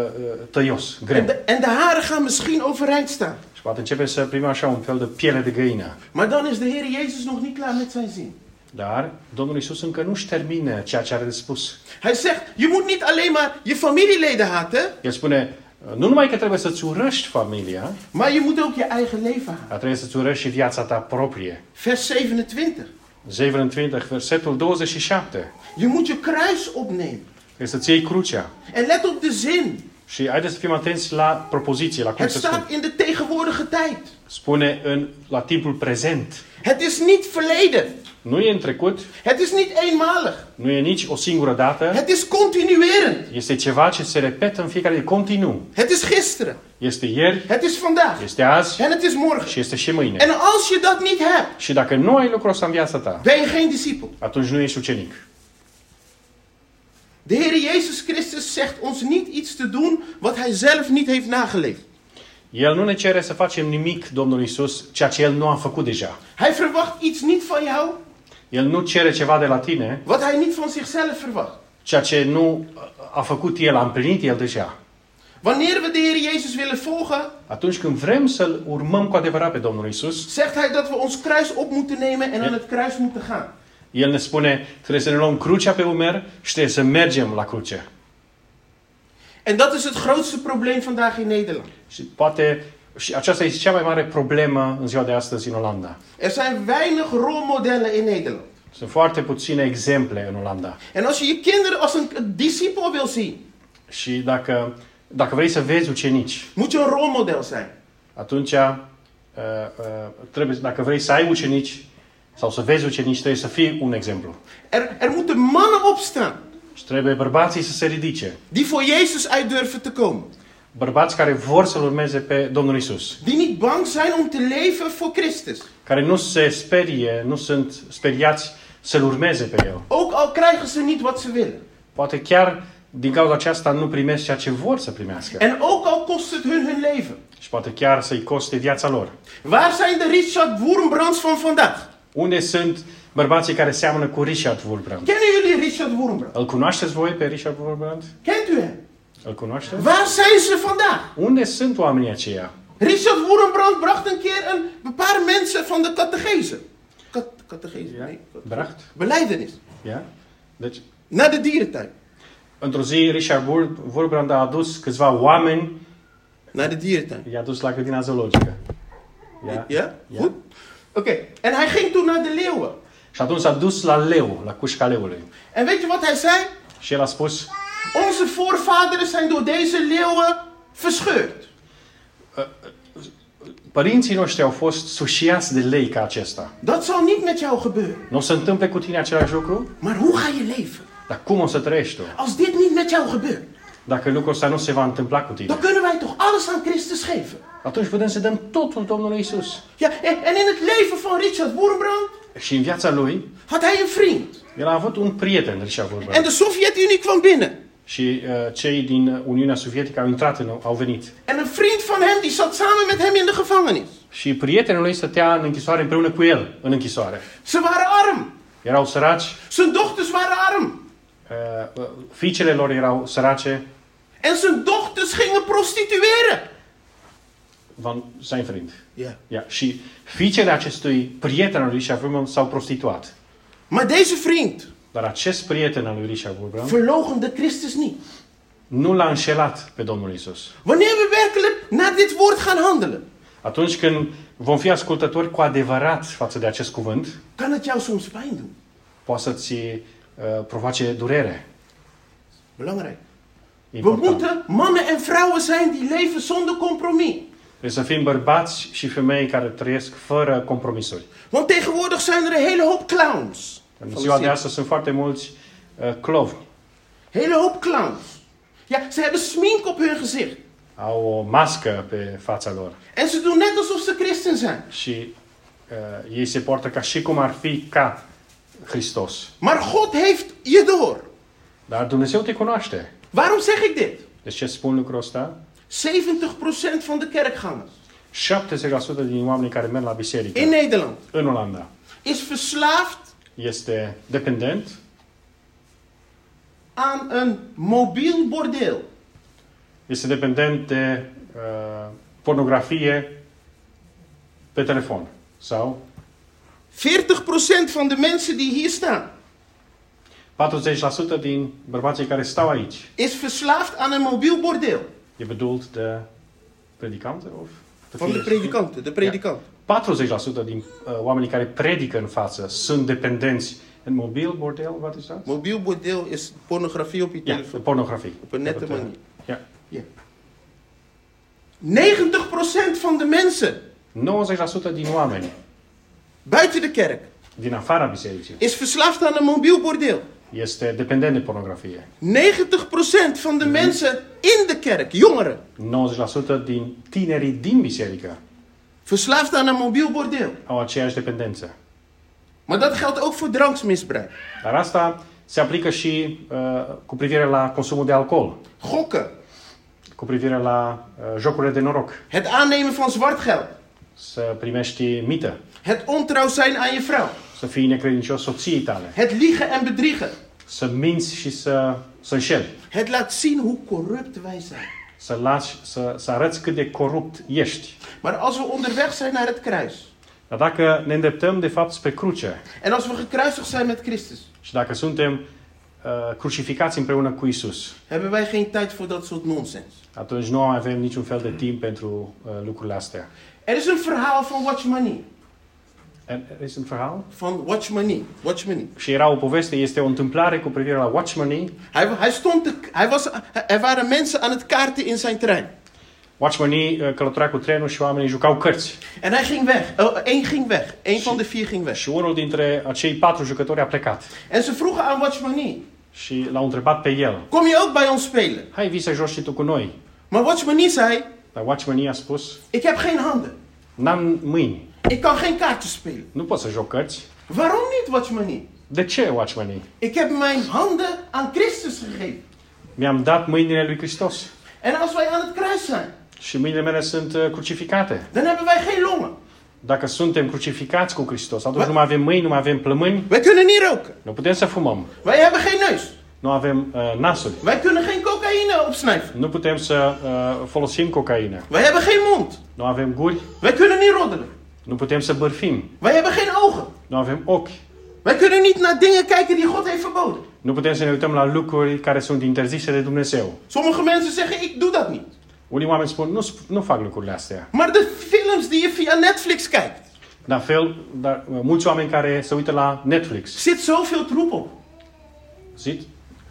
Speaker 2: tăios,
Speaker 1: En
Speaker 2: greu.
Speaker 1: de, en de haren gaan misschien overeind staan.
Speaker 2: Și poate începe să primim așa un fel de piele de găină.
Speaker 1: Maar dan is de Heer Jezus nog niet klaar met zijn zin.
Speaker 2: Dar Domnul Isus încă nu-și termină ceea ce are de spus.
Speaker 1: Hij zegt, je moet niet alleen maar je familieleden haten,
Speaker 2: El spune, uh, nu numai că trebuie să-ți urăști familia,
Speaker 1: maar je moet ook je eigen leven haten.
Speaker 2: dar trebuie să-ți urăști și viața ta proprie.
Speaker 1: Vers 27.
Speaker 2: 27, versetul 27.
Speaker 1: Je moet je kruis opnemen.
Speaker 2: Trebuie să-ți iei crucea.
Speaker 1: En let op de zin.
Speaker 2: Și haideți să fim atenți la propoziție, la cum
Speaker 1: Het
Speaker 2: se spune.
Speaker 1: staat in de tegenwoordige tijd.
Speaker 2: Spune în, la timpul prezent.
Speaker 1: Het is niet verleden.
Speaker 2: Nu e în trecut,
Speaker 1: Het is niet eenmalig.
Speaker 2: nu e nici o singură dată.
Speaker 1: Het is continuerend.
Speaker 2: Este ceva ce se repetă în fiecare zi, continuu.
Speaker 1: Het is gisteren.
Speaker 2: Este ieri,
Speaker 1: Het is vandaag.
Speaker 2: este azi
Speaker 1: En het is morgen.
Speaker 2: și este și mâine.
Speaker 1: En als je dat niet hebt,
Speaker 2: Și dacă nu ai lucrul ăsta în viața ta,
Speaker 1: ben je geen discipel.
Speaker 2: atunci nu ești ucenic.
Speaker 1: De Heer Jezus Christus zegt ons niet iets te doen wat Hij zelf niet heeft nageleefd.
Speaker 2: El nu ne cere să facem nimic, Domnul Isus, ceea ce El nu a făcut deja.
Speaker 1: Hij verwacht iets niet van jou
Speaker 2: El nu cere ceva de la tine,
Speaker 1: wat Hij niet van zichzelf verwacht.
Speaker 2: ceea ce nu a făcut El, a împlinit El deja.
Speaker 1: Wanneer we de Heer Jezus willen volgen,
Speaker 2: Atunci când vrem să-L urmăm cu adevărat pe Domnul Isus,
Speaker 1: zegt Hij dat we ons kruis op moeten nemen en aan het kruis moeten gaan.
Speaker 2: El ne spune, trebuie să ne luăm crucea pe umer și trebuie să mergem la cruce.
Speaker 1: En dat is het grootste probleem vandaag in Nederland.
Speaker 2: Și poate, și aceasta este cea mai mare problemă în ziua de astăzi în Olanda.
Speaker 1: Er zijn weinig rolmodellen in Nederland.
Speaker 2: Sunt foarte puține exemple în Olanda.
Speaker 1: En als je je kinderen als een, een discipel wil zien,
Speaker 2: Și dacă, dacă vrei să vezi ucenici,
Speaker 1: moet je een rolmodel zijn.
Speaker 2: atunci uh, uh, trebuie, dacă vrei să ai ucenici sau să vezi ucenici, trebuie să fii un exemplu.
Speaker 1: Er, er moeten mannen opstaan
Speaker 2: Și trebuie bărbații să se ridice.
Speaker 1: die voor Jezus uit durven te komen.
Speaker 2: Bărbați care vor să-L urmeze pe Domnul Isus,
Speaker 1: Die niet bang zijn om te leven voor Christus.
Speaker 2: care nu se sperie, nu sunt speriați să-L urmeze pe El.
Speaker 1: Ook al krijgen ze niet wat ze willen.
Speaker 2: Poate chiar din cauza aceasta nu primesc ceea ce vor să primească.
Speaker 1: En ook al kost het hun hun leven.
Speaker 2: Și poate chiar să-i coste viața lor.
Speaker 1: Waar zijn de Richard Woermbrands van vandaag?
Speaker 2: Unde sunt bărbații care seamănă cu Richard Wurbrand?
Speaker 1: Kennen jullie Richard Woermbrand?
Speaker 2: Îl cunoașteți voi pe Richard Wurbrand?
Speaker 1: Kent u hem?
Speaker 2: Îl cunoașteți?
Speaker 1: Waar zijn ze vandaag?
Speaker 2: Unde sunt oamenii aceia?
Speaker 1: Richard Woermbrand bracht een keer een, een paar mensen van de catechese. Kat, catechese,
Speaker 2: Ja.
Speaker 1: nee. kat-
Speaker 2: Bracht?
Speaker 1: Beleidenis.
Speaker 2: Ia? Deci,
Speaker 1: Naar de dierentuin.
Speaker 2: într-o zi, Richard Wur- Wurbrand a adus câțiva oameni,
Speaker 1: Naar de dierentuin.
Speaker 2: i-a dus la grădina zoologică. Ia?
Speaker 1: Ja?
Speaker 2: Ja.
Speaker 1: Goed? Oké. En hij ging toen naar de leeuwen.
Speaker 2: Și atunci s-a dus la leu, la cușca leului.
Speaker 1: En weet je wat hij zei?
Speaker 2: Și el a spus,
Speaker 1: Onze voorvaderen zijn door deze leeuwen verscheurd.
Speaker 2: părinții noștri au fost sușiați de lei ca acesta.
Speaker 1: Dat zal niet met jou gebeuren.
Speaker 2: Nu o să întâmple cu tine același lucru?
Speaker 1: Maar hoe ga je leven
Speaker 2: Dar cum o să trăiești tu?
Speaker 1: als dit niet met jou gebeurt?
Speaker 2: Dacă lucrul ăsta nu se va întâmpla cu tine,
Speaker 1: dan kunnen wij toch alles aan Christus geven.
Speaker 2: atunci putem să dăm totul Domnului Isus.
Speaker 1: Ja, en en in het leven van Richard Boerenbrand
Speaker 2: Și în viața lui,
Speaker 1: had hij een vriend.
Speaker 2: el a avut un prieten, Richard vorba.
Speaker 1: En de Sovjet-Unie kwam binnen.
Speaker 2: Și uh, cei din Uniunea Sovietică au intrat, în, au venit.
Speaker 1: En een vriend van hem die zat samen met hem in de gevangenis.
Speaker 2: Și prietenul lui stătea în închisoare împreună cu el, în închisoare.
Speaker 1: Ze waren arm.
Speaker 2: Erau săraci,
Speaker 1: Zijn dochters waren arm.
Speaker 2: uh, fiicele lor erau sărace,
Speaker 1: En zijn dochters gingen prostitueren.
Speaker 2: van zijn vriend.
Speaker 1: Ja.
Speaker 2: Ia. Și fiicele acestui prieten al lui Richard Wurmbrand s-au prostituat.
Speaker 1: Maar deze vriend
Speaker 2: Dar acest prieten al lui Richard Wurmbrand
Speaker 1: verloochende Christus niet.
Speaker 2: nu l-a înșelat pe Domnul Isus.
Speaker 1: Wanneer we werkelijk naar dit woord gaan handelen,
Speaker 2: Atunci când vom fi ascultători cu adevărat față de acest cuvânt,
Speaker 1: kan het jou soms pijn doen.
Speaker 2: poate să-ți uh, provoace durere.
Speaker 1: Belangrijk.
Speaker 2: E
Speaker 1: We
Speaker 2: Important.
Speaker 1: moeten mannen en vrouwen zijn die leven zonder compromis.
Speaker 2: Trebuie să fim bărbați și femei care trăiesc fără compromisuri.
Speaker 1: Want tegenwoordig zijn er een hele hoop clowns.
Speaker 2: În ziua de astăzi sunt foarte mulți uh, clovni.
Speaker 1: Hele hoop clowns. Ja, ze hebben smink op hun gezicht.
Speaker 2: Au o mască pe fața lor
Speaker 1: En ze doen net alsof ze christen zijn.
Speaker 2: și uh, ei se poartă ca și cum ar fi ca Hristos.
Speaker 1: Maar God heeft je door.
Speaker 2: Dar Dumnezeu te cunoaște.
Speaker 1: Waarom zeg ik dit?
Speaker 2: De ce spun lucrul ăsta?
Speaker 1: 70% van de kerkgangers
Speaker 2: 70% din oamenii care merg la biserică
Speaker 1: in Nederland
Speaker 2: în Olanda
Speaker 1: is verslaafd
Speaker 2: este dependent
Speaker 1: aan een mobiel bordeel.
Speaker 2: Este dependent de uh, pornografie pe telefon. Sau
Speaker 1: 40% van de mensen die hier staan
Speaker 2: 40% din bărbații care stau aici
Speaker 1: is verslaafd aan een mobiel bordeel.
Speaker 2: e bedoeld de predicanten? Of de
Speaker 1: Van de predikanten, de predikanten.
Speaker 2: 40% din uh, oamenii care predică în față sunt dependenți în mobil bordel, wat is dat?
Speaker 1: Mobiel bordeel is pornografie op je
Speaker 2: Ja, de
Speaker 1: telefoon.
Speaker 2: pornografie.
Speaker 1: Op een nette
Speaker 2: Dat, uh,
Speaker 1: manier.
Speaker 2: Ja.
Speaker 1: Ja. 90% van de mensen
Speaker 2: 90% din oameni
Speaker 1: buiten de kerk
Speaker 2: din afara bisericii
Speaker 1: is verslaafd aan een mobiel bordeel. 90%
Speaker 2: este dependent de pornografie.
Speaker 1: van de mensen in de kerk, jongeren,
Speaker 2: 90% din tinerii din biserică
Speaker 1: verslaafd aan een mobiel bordeel.
Speaker 2: au aceeași dependență.
Speaker 1: Maar dat geldt ook voor drankmisbruik,
Speaker 2: Dar asta se aplică și uh, cu privire la consumul de alcool,
Speaker 1: gokken,
Speaker 2: cu privire la uh, jocurile de noroc,
Speaker 1: het aannemen van zwart geld,
Speaker 2: să primești mită,
Speaker 1: het ontrouw zijn aan je vrouw,
Speaker 2: să fii necredincios soției tale,
Speaker 1: het liegen en bedriegen.
Speaker 2: să minți și să, să înșeli,
Speaker 1: Het laat zien hoe corrupt wij zijn.
Speaker 2: să, lași, să, să arăți cât de corupt ești.
Speaker 1: Maar als we onderweg zijn naar het kruis
Speaker 2: Dar dacă ne îndreptăm, de fapt, spre cruce
Speaker 1: en als we gekruisigd zijn met Christus,
Speaker 2: și dacă suntem uh, crucificați împreună cu Isus,
Speaker 1: hebben wij geen tijd voor dat soort nonsens.
Speaker 2: atunci nu avem niciun fel de timp pentru uh, lucrurile astea.
Speaker 1: Er is een verhaal van Watchmanie.
Speaker 2: En- Este un verhaal?
Speaker 1: Van Watchmanie. Watchmanie.
Speaker 2: uh, Și era o poveste, este o întâmplare cu privire la Watchmanii,
Speaker 1: Hij, hij stond te, hij was, er waren mensen aan het kaarten in zijn trein.
Speaker 2: Watchmanii uh, călătorea cu trenul și oamenii jucau cărți.
Speaker 1: En hij ging weg. Eén ging weg. Eén van de vier ging weg.
Speaker 2: Și unul dintre acei patru jucători a plecat
Speaker 1: En ze vroegen aan Watchmanie:
Speaker 2: și l-au întrebat pe el.
Speaker 1: Kom je ook bij ons spelen?
Speaker 2: Hai, vii să joci și tu cu noi.
Speaker 1: Maar Watchmanie zei:
Speaker 2: Dar Watchmanii a spus,
Speaker 1: Ik heb geen handen.
Speaker 2: n-am mâini,
Speaker 1: Ik kan geen kaartjes spelen.
Speaker 2: nu pot să joc cărți.
Speaker 1: Waarom niet, Watchmanie?
Speaker 2: De ce, Watchmanii?
Speaker 1: Ik heb mijn handen aan Christus gegeven.
Speaker 2: Mi-am dat mâinile lui Hristos
Speaker 1: En als wij aan het kruis zijn,
Speaker 2: și mâinile mele sunt uh, crucificate.
Speaker 1: dan hebben wij geen longen.
Speaker 2: Dacă suntem crucificați cu Hristos, atunci nu mai avem mâini, nu mai avem plămâni,
Speaker 1: Wij kunnen niet roken.
Speaker 2: nu putem să fumăm,
Speaker 1: Wij hebben geen neus.
Speaker 2: nu avem uh, nasuri,
Speaker 1: Wij kunnen geen cocaïne opsnijven.
Speaker 2: nu putem să uh, folosim cocaină,
Speaker 1: Wij hebben geen mond.
Speaker 2: nu avem guri,
Speaker 1: Wij kunnen niet roddelen.
Speaker 2: nu putem să bârfim,
Speaker 1: Wij hebben geen ogen.
Speaker 2: nu avem ochi,
Speaker 1: Wij kunnen niet naar dingen kijken die God heeft verboden.
Speaker 2: Nu putem să ne uităm la lucruri care sunt interzise de Dumnezeu.
Speaker 1: Sommige mensen zeggen, ik doe dat niet.
Speaker 2: Unii oameni spun, nu, sp- nu fac lucrurile astea.
Speaker 1: Maar de films die je via Netflix kijkt,
Speaker 2: Dar, fel, dar uh, mulți oameni care se uită la Netflix,
Speaker 1: zit zoveel troep op.
Speaker 2: zit,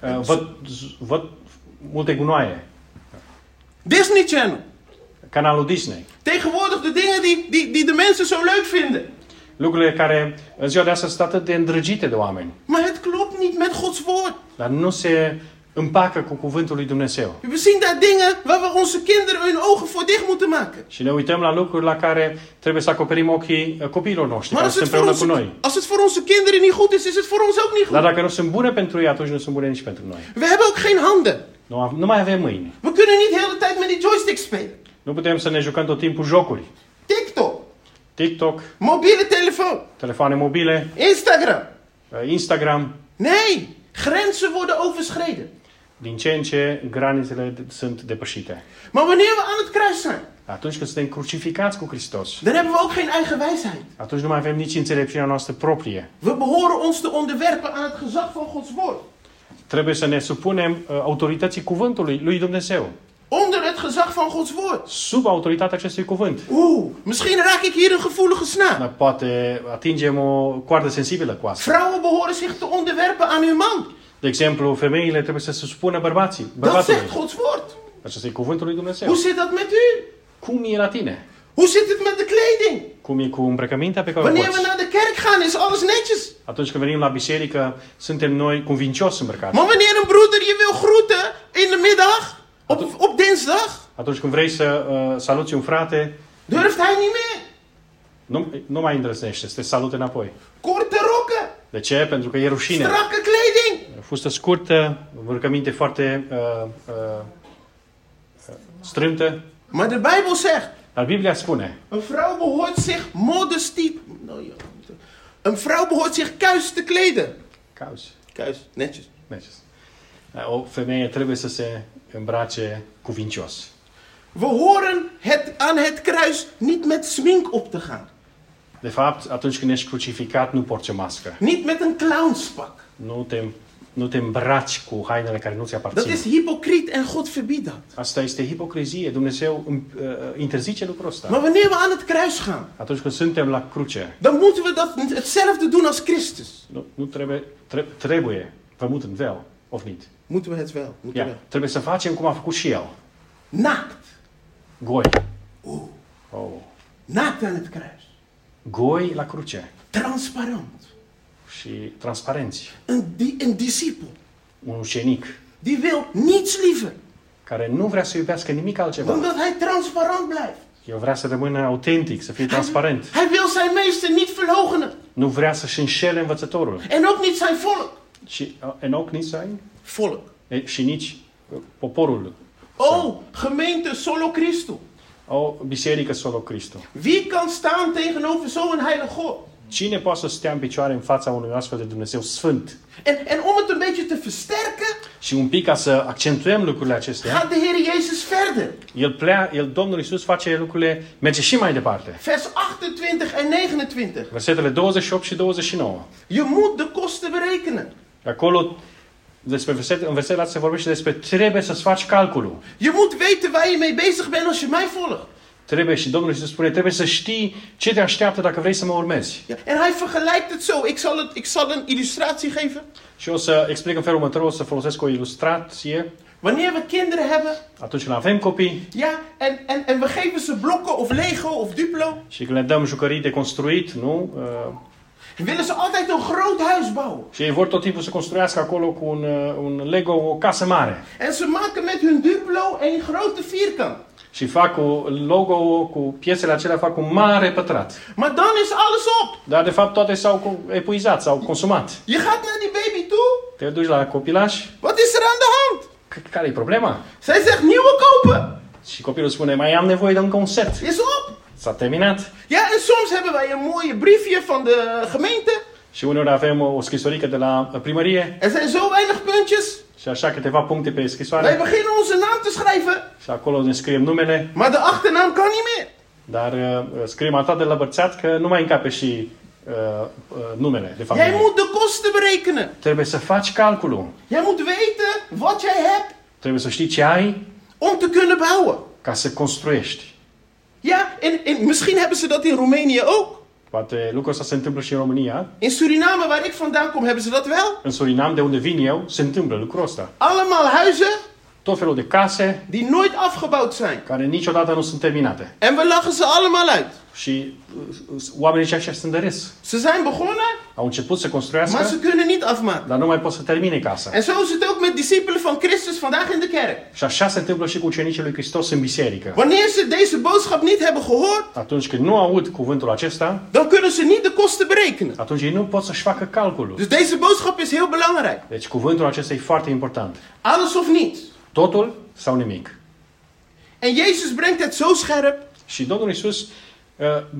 Speaker 2: uh, văd, z- văd multe gunoaie.
Speaker 1: Disney Channel.
Speaker 2: Canalul Disney.
Speaker 1: Tegenwoordig de dingen die, die, die de mensen zo leuk vinden.
Speaker 2: Lucrurile care în ziua de astăzi sunt atât de îndrăgite de oameni.
Speaker 1: Maar het klopt niet met Gods woord.
Speaker 2: Dar nu se împacă cu cuvântul lui Dumnezeu.
Speaker 1: We zien daar dingen waar we onze kinderen hun ogen voor dicht moeten maken.
Speaker 2: Și ne uităm la lucruri la care trebuie să acoperim ochii uh, copiilor noștri,
Speaker 1: Maar
Speaker 2: care
Speaker 1: als
Speaker 2: sunt
Speaker 1: het, voor
Speaker 2: împreună cu
Speaker 1: onze,
Speaker 2: noi.
Speaker 1: als het voor onze kinderen niet goed is, is het voor ons ook niet
Speaker 2: Dar
Speaker 1: goed.
Speaker 2: dacă nu sunt bune pentru ei, atunci nu sunt bune nici pentru noi.
Speaker 1: We hebben ook geen handen.
Speaker 2: Nu, av- nu mai avem mâini.
Speaker 1: We kunnen niet de hele tijd met die joystick spelen.
Speaker 2: Nu putem să ne jucăm tot timpul jocuri.
Speaker 1: TikTok,
Speaker 2: TikTok,
Speaker 1: mobiele telefoon,
Speaker 2: telefoane mobile,
Speaker 1: Instagram.
Speaker 2: uh, Instagram.
Speaker 1: Nee, grenzen worden overschreden.
Speaker 2: Din ce în ce granițele d- sunt depășite.
Speaker 1: Maar wanneer we aan het kruis zijn,
Speaker 2: Atunci când suntem crucificați cu Hristos,
Speaker 1: dan hebben we ook geen eigen wijsheid.
Speaker 2: atunci nu mai avem nici înțelepciunea noastră proprie.
Speaker 1: We behoren ons te onderwerpen aan het gezag van Gods woord.
Speaker 2: Trebuie să ne supunem uh, autorității cuvântului lui Dumnezeu.
Speaker 1: Onder het gezag van Gods woord.
Speaker 2: Sub autoritatea acestui cuvânt.
Speaker 1: Oeh, misschien raak ik hier een gevoelige snaar.
Speaker 2: Dar poate atingem o coardă sensibilă cu asta.
Speaker 1: Vrouwen behoren zich te onderwerpen aan hun man.
Speaker 2: De exemplu, femeile trebuie să se supună bărbații,
Speaker 1: Dat zegt
Speaker 2: bărbatului.
Speaker 1: Gods woord.
Speaker 2: Acesta e cuvântul lui Dumnezeu.
Speaker 1: Hoe zit dat met u?
Speaker 2: Cum e la tine?
Speaker 1: Hoe zit het met de kleding?
Speaker 2: Cum e cu îmbrăcămintea pe care o
Speaker 1: Wanneer
Speaker 2: porți?
Speaker 1: we naar de kerk gaan is alles netjes.
Speaker 2: Atunci când venim la biserică, suntem noi convincios îmbrăcați.
Speaker 1: Maar wanneer een broeder je wil groeten in de middag, op, op dinsdag,
Speaker 2: Atunci când vrei să uh, saluți un frate,
Speaker 1: durft hij niet meer.
Speaker 2: nu, nu mai îndrăznește, să te salute înapoi.
Speaker 1: Korte rokken,
Speaker 2: De ce? Pentru că e rușine.
Speaker 1: strakke kleding.
Speaker 2: Fustă scurtă, îmbrăcăminte foarte uh, uh, strântă.
Speaker 1: Maar de Bijbel zegt,
Speaker 2: Dar Biblia spune,
Speaker 1: een vrouw behoort zich modestiep. Nou ja, Een vrouw behoort zich kuis te kleden.
Speaker 2: cauzi,
Speaker 1: Kuis, netjes.
Speaker 2: mergeți. O femeie trebuie să se îmbrace cuvincios.
Speaker 1: We horen het, aan het kruis niet met smink op te gaan.
Speaker 2: De fapt, atunci când ești crucificat, nu porți o mască.
Speaker 1: Niet met een clownspak.
Speaker 2: Nu te, nu te îmbraci cu hainele care nu ți
Speaker 1: Dat
Speaker 2: aparțin.
Speaker 1: is hypocriet en God verbiedt dat.
Speaker 2: Asta este ipocrizie. Dumnezeu îmi- uh, interzice lucrul ăsta.
Speaker 1: Maar wanneer we aan het kruis gaan,
Speaker 2: Atunci când suntem la cruce,
Speaker 1: dan moeten we dat, hetzelfde doen als Christus.
Speaker 2: nu, nu trebuie, tre- trebuie, we moeten wel, of niet?
Speaker 1: Moeten we het wel? Moeten we
Speaker 2: Ia,
Speaker 1: wel.
Speaker 2: trebuie să facem cum a făcut și el.
Speaker 1: Naakt.
Speaker 2: Goi. Oh.
Speaker 1: Naakt aan het kruis.
Speaker 2: Goi la cruce.
Speaker 1: Transparant.
Speaker 2: Și transparenți.
Speaker 1: Een, di- een discipel.
Speaker 2: Un ucenic
Speaker 1: Die wil niets liever
Speaker 2: care nu vrea să iubească nimic altceva.
Speaker 1: dan dat hij transparant blijft.
Speaker 2: El vrea să rămână autentic, să fie transparent.
Speaker 1: Hij wil zijn meester niet verloochenen.
Speaker 2: Nu vrea să-și înșele învățătorul.
Speaker 1: En ook niet zijn volk.
Speaker 2: Și, en ook nici zijn,
Speaker 1: Volk.
Speaker 2: e, și nici uh, poporul.
Speaker 1: Oh, gemeente solo Christo.
Speaker 2: O biserică solo Cristo.
Speaker 1: Wie kan staan tegenover zo'n heilige God?
Speaker 2: Cine poate să stea în picioare în fața unui astfel de Dumnezeu sfânt?
Speaker 1: En, en om het een beetje te versterken,
Speaker 2: Și un pic ca să accentuăm lucrurile acestea,
Speaker 1: gaat de Heer Jezus verder.
Speaker 2: el plea, el, Domnul Isus face lucrurile, merge și mai departe.
Speaker 1: Vers 28 en 29.
Speaker 2: Versetele 28 și 29.
Speaker 1: Je moet de kosten berekenen.
Speaker 2: Acolo, despre verset, în versetul acesta se vorbește despre trebuie să-ți faci calculul.
Speaker 1: Je moet weten waar je mee bezig bent als je mij volgt.
Speaker 2: Trebuie și Domnul Iisus spune, trebuie să știi ce te așteaptă dacă vrei să mă urmezi.
Speaker 1: Ja, en hij vergelijkt het zo. Ik zal, het, ik zal een illustratie geven.
Speaker 2: Și o să explic în felul următor, o să folosesc o ilustrație.
Speaker 1: Wanneer we kinderen hebben,
Speaker 2: Atunci când avem copii
Speaker 1: ja, en, en, en we geven ze blokken of Lego of Duplo,
Speaker 2: și când le dăm jucării de construit, nu? Uh,
Speaker 1: willen ze altijd een groot huis bouwen.
Speaker 2: Și ei vor tot timpul să construiască acolo cu un, uh, un Lego o casă mare.
Speaker 1: En ze maken met hun Duplo een grote vierkant.
Speaker 2: Și fac cu logo cu piesele acelea, fac un mare pătrat.
Speaker 1: Maar dan is alles op.
Speaker 2: Dar de fapt toate s-au cu- epuizat, s-au consumat.
Speaker 1: Je gaat naar die baby toe.
Speaker 2: Te duci la copilaș,
Speaker 1: Wat is er aan de hand?
Speaker 2: c- care e problema?
Speaker 1: Zij zegt nieuwe kopen.
Speaker 2: Și copilul spune, mai am nevoie de încă un set.
Speaker 1: Is op.
Speaker 2: S-a terminat.
Speaker 1: Ja, en soms hebben wij een mooie briefje van de gemeente.
Speaker 2: Și uneori avem o scrisorică de la uh, primărie
Speaker 1: Er zijn zo weinig puntjes.
Speaker 2: și așa câteva puncte pe
Speaker 1: Wij
Speaker 2: scrisoare
Speaker 1: beginnen onze naam te schrijven,
Speaker 2: și acolo ne scriem numele,
Speaker 1: maar de achternaam kan niet meer.
Speaker 2: dar uh, scriem atât de lăbărțat că nu mai încape și uh, uh, numele de
Speaker 1: Jij
Speaker 2: familie.
Speaker 1: moet de kosten berekenen.
Speaker 2: Trebuie să faci calculul.
Speaker 1: Jij moet weten wat jij hebt
Speaker 2: Trebuie să știi ce ai
Speaker 1: om te kunnen bouwen.
Speaker 2: ca să construiești.
Speaker 1: Ja, en, en misschien hebben ze dat in Roemenië ook.
Speaker 2: Poate lucrul ăsta se întâmplă și în România.
Speaker 1: In Suriname, waar ik vandaan kom, hebben ze dat wel.
Speaker 2: În Surinam, de unde vin eu, se întâmplă lucrul ăsta.
Speaker 1: Allemaal huizen
Speaker 2: Tot felul de case
Speaker 1: die nooit afgebouwd zijn.
Speaker 2: care niciodată nu sunt terminate.
Speaker 1: En we lachen ze allemaal uit.
Speaker 2: Și uh, uh, oamenii aceștia sunt de râs.
Speaker 1: Ze zijn begonnen
Speaker 2: Au început să
Speaker 1: Maar ze
Speaker 2: construiască,
Speaker 1: kunnen niet afmaken.
Speaker 2: dar nu mai pot să termine casa.
Speaker 1: En zo is het ook met discipelen van Christus vandaag in de kerk.
Speaker 2: Și așa se întâmplă și cu ucenicii lui Hristos în biserică.
Speaker 1: Wanneer ze deze boodschap niet hebben gehoord,
Speaker 2: Atunci când nu aud cuvântul acesta,
Speaker 1: dan kunnen ze niet de kosten berekenen.
Speaker 2: atunci ei nu pot să-și facă calculul.
Speaker 1: Dus deze boodschap is heel belangrijk.
Speaker 2: Deci cuvântul acesta e foarte important.
Speaker 1: Alles of niets.
Speaker 2: Totul sau nimic.
Speaker 1: En Jezus brengt het zo scherp.
Speaker 2: Și Domnul Isus uh,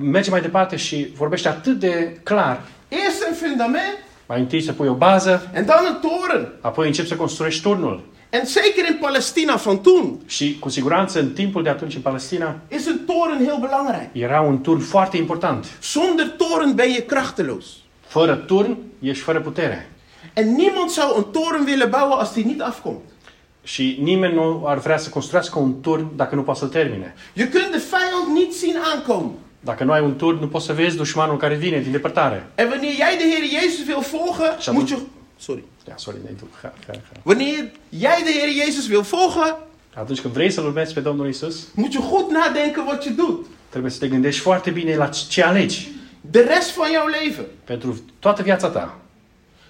Speaker 2: merge mai departe și vorbește atât de clar.
Speaker 1: Eerst een fundament
Speaker 2: Mai întâi să pui o bază,
Speaker 1: en dan een toren.
Speaker 2: apoi începi să construiești turnul.
Speaker 1: En zeker in Palestina van toen
Speaker 2: Și cu siguranță în timpul de atunci în Palestina
Speaker 1: is een toren heel belangrijk.
Speaker 2: era un turn foarte important.
Speaker 1: Zonder toren ben je krachteloos.
Speaker 2: Fără turn ești fără putere.
Speaker 1: En niemand zou een toren willen bouwen als die niet afkomt.
Speaker 2: Și nimeni nu ar vrea să construiască un turn dacă nu poate să termine.
Speaker 1: Je kunt de vijand niet zien aankomen.
Speaker 2: Dacă nu ai un turn, nu poți să vezi dușmanul care vine din depărtare.
Speaker 1: En wanneer jij de Heer Jezus wil volgen,
Speaker 2: Zal
Speaker 1: moet
Speaker 2: ik-
Speaker 1: je... Sorry.
Speaker 2: Da, sorry, ne duc. Ga, ga, ga.
Speaker 1: Wanneer jij de Heer Jezus wil volgen,
Speaker 2: Atunci când vrei să-L urmezi pe Domnul Isus,
Speaker 1: moet je goed nadenken wat je doet.
Speaker 2: trebuie să te gândești foarte bine la ce alegi
Speaker 1: De rest van jouw leven
Speaker 2: pentru toată viața ta.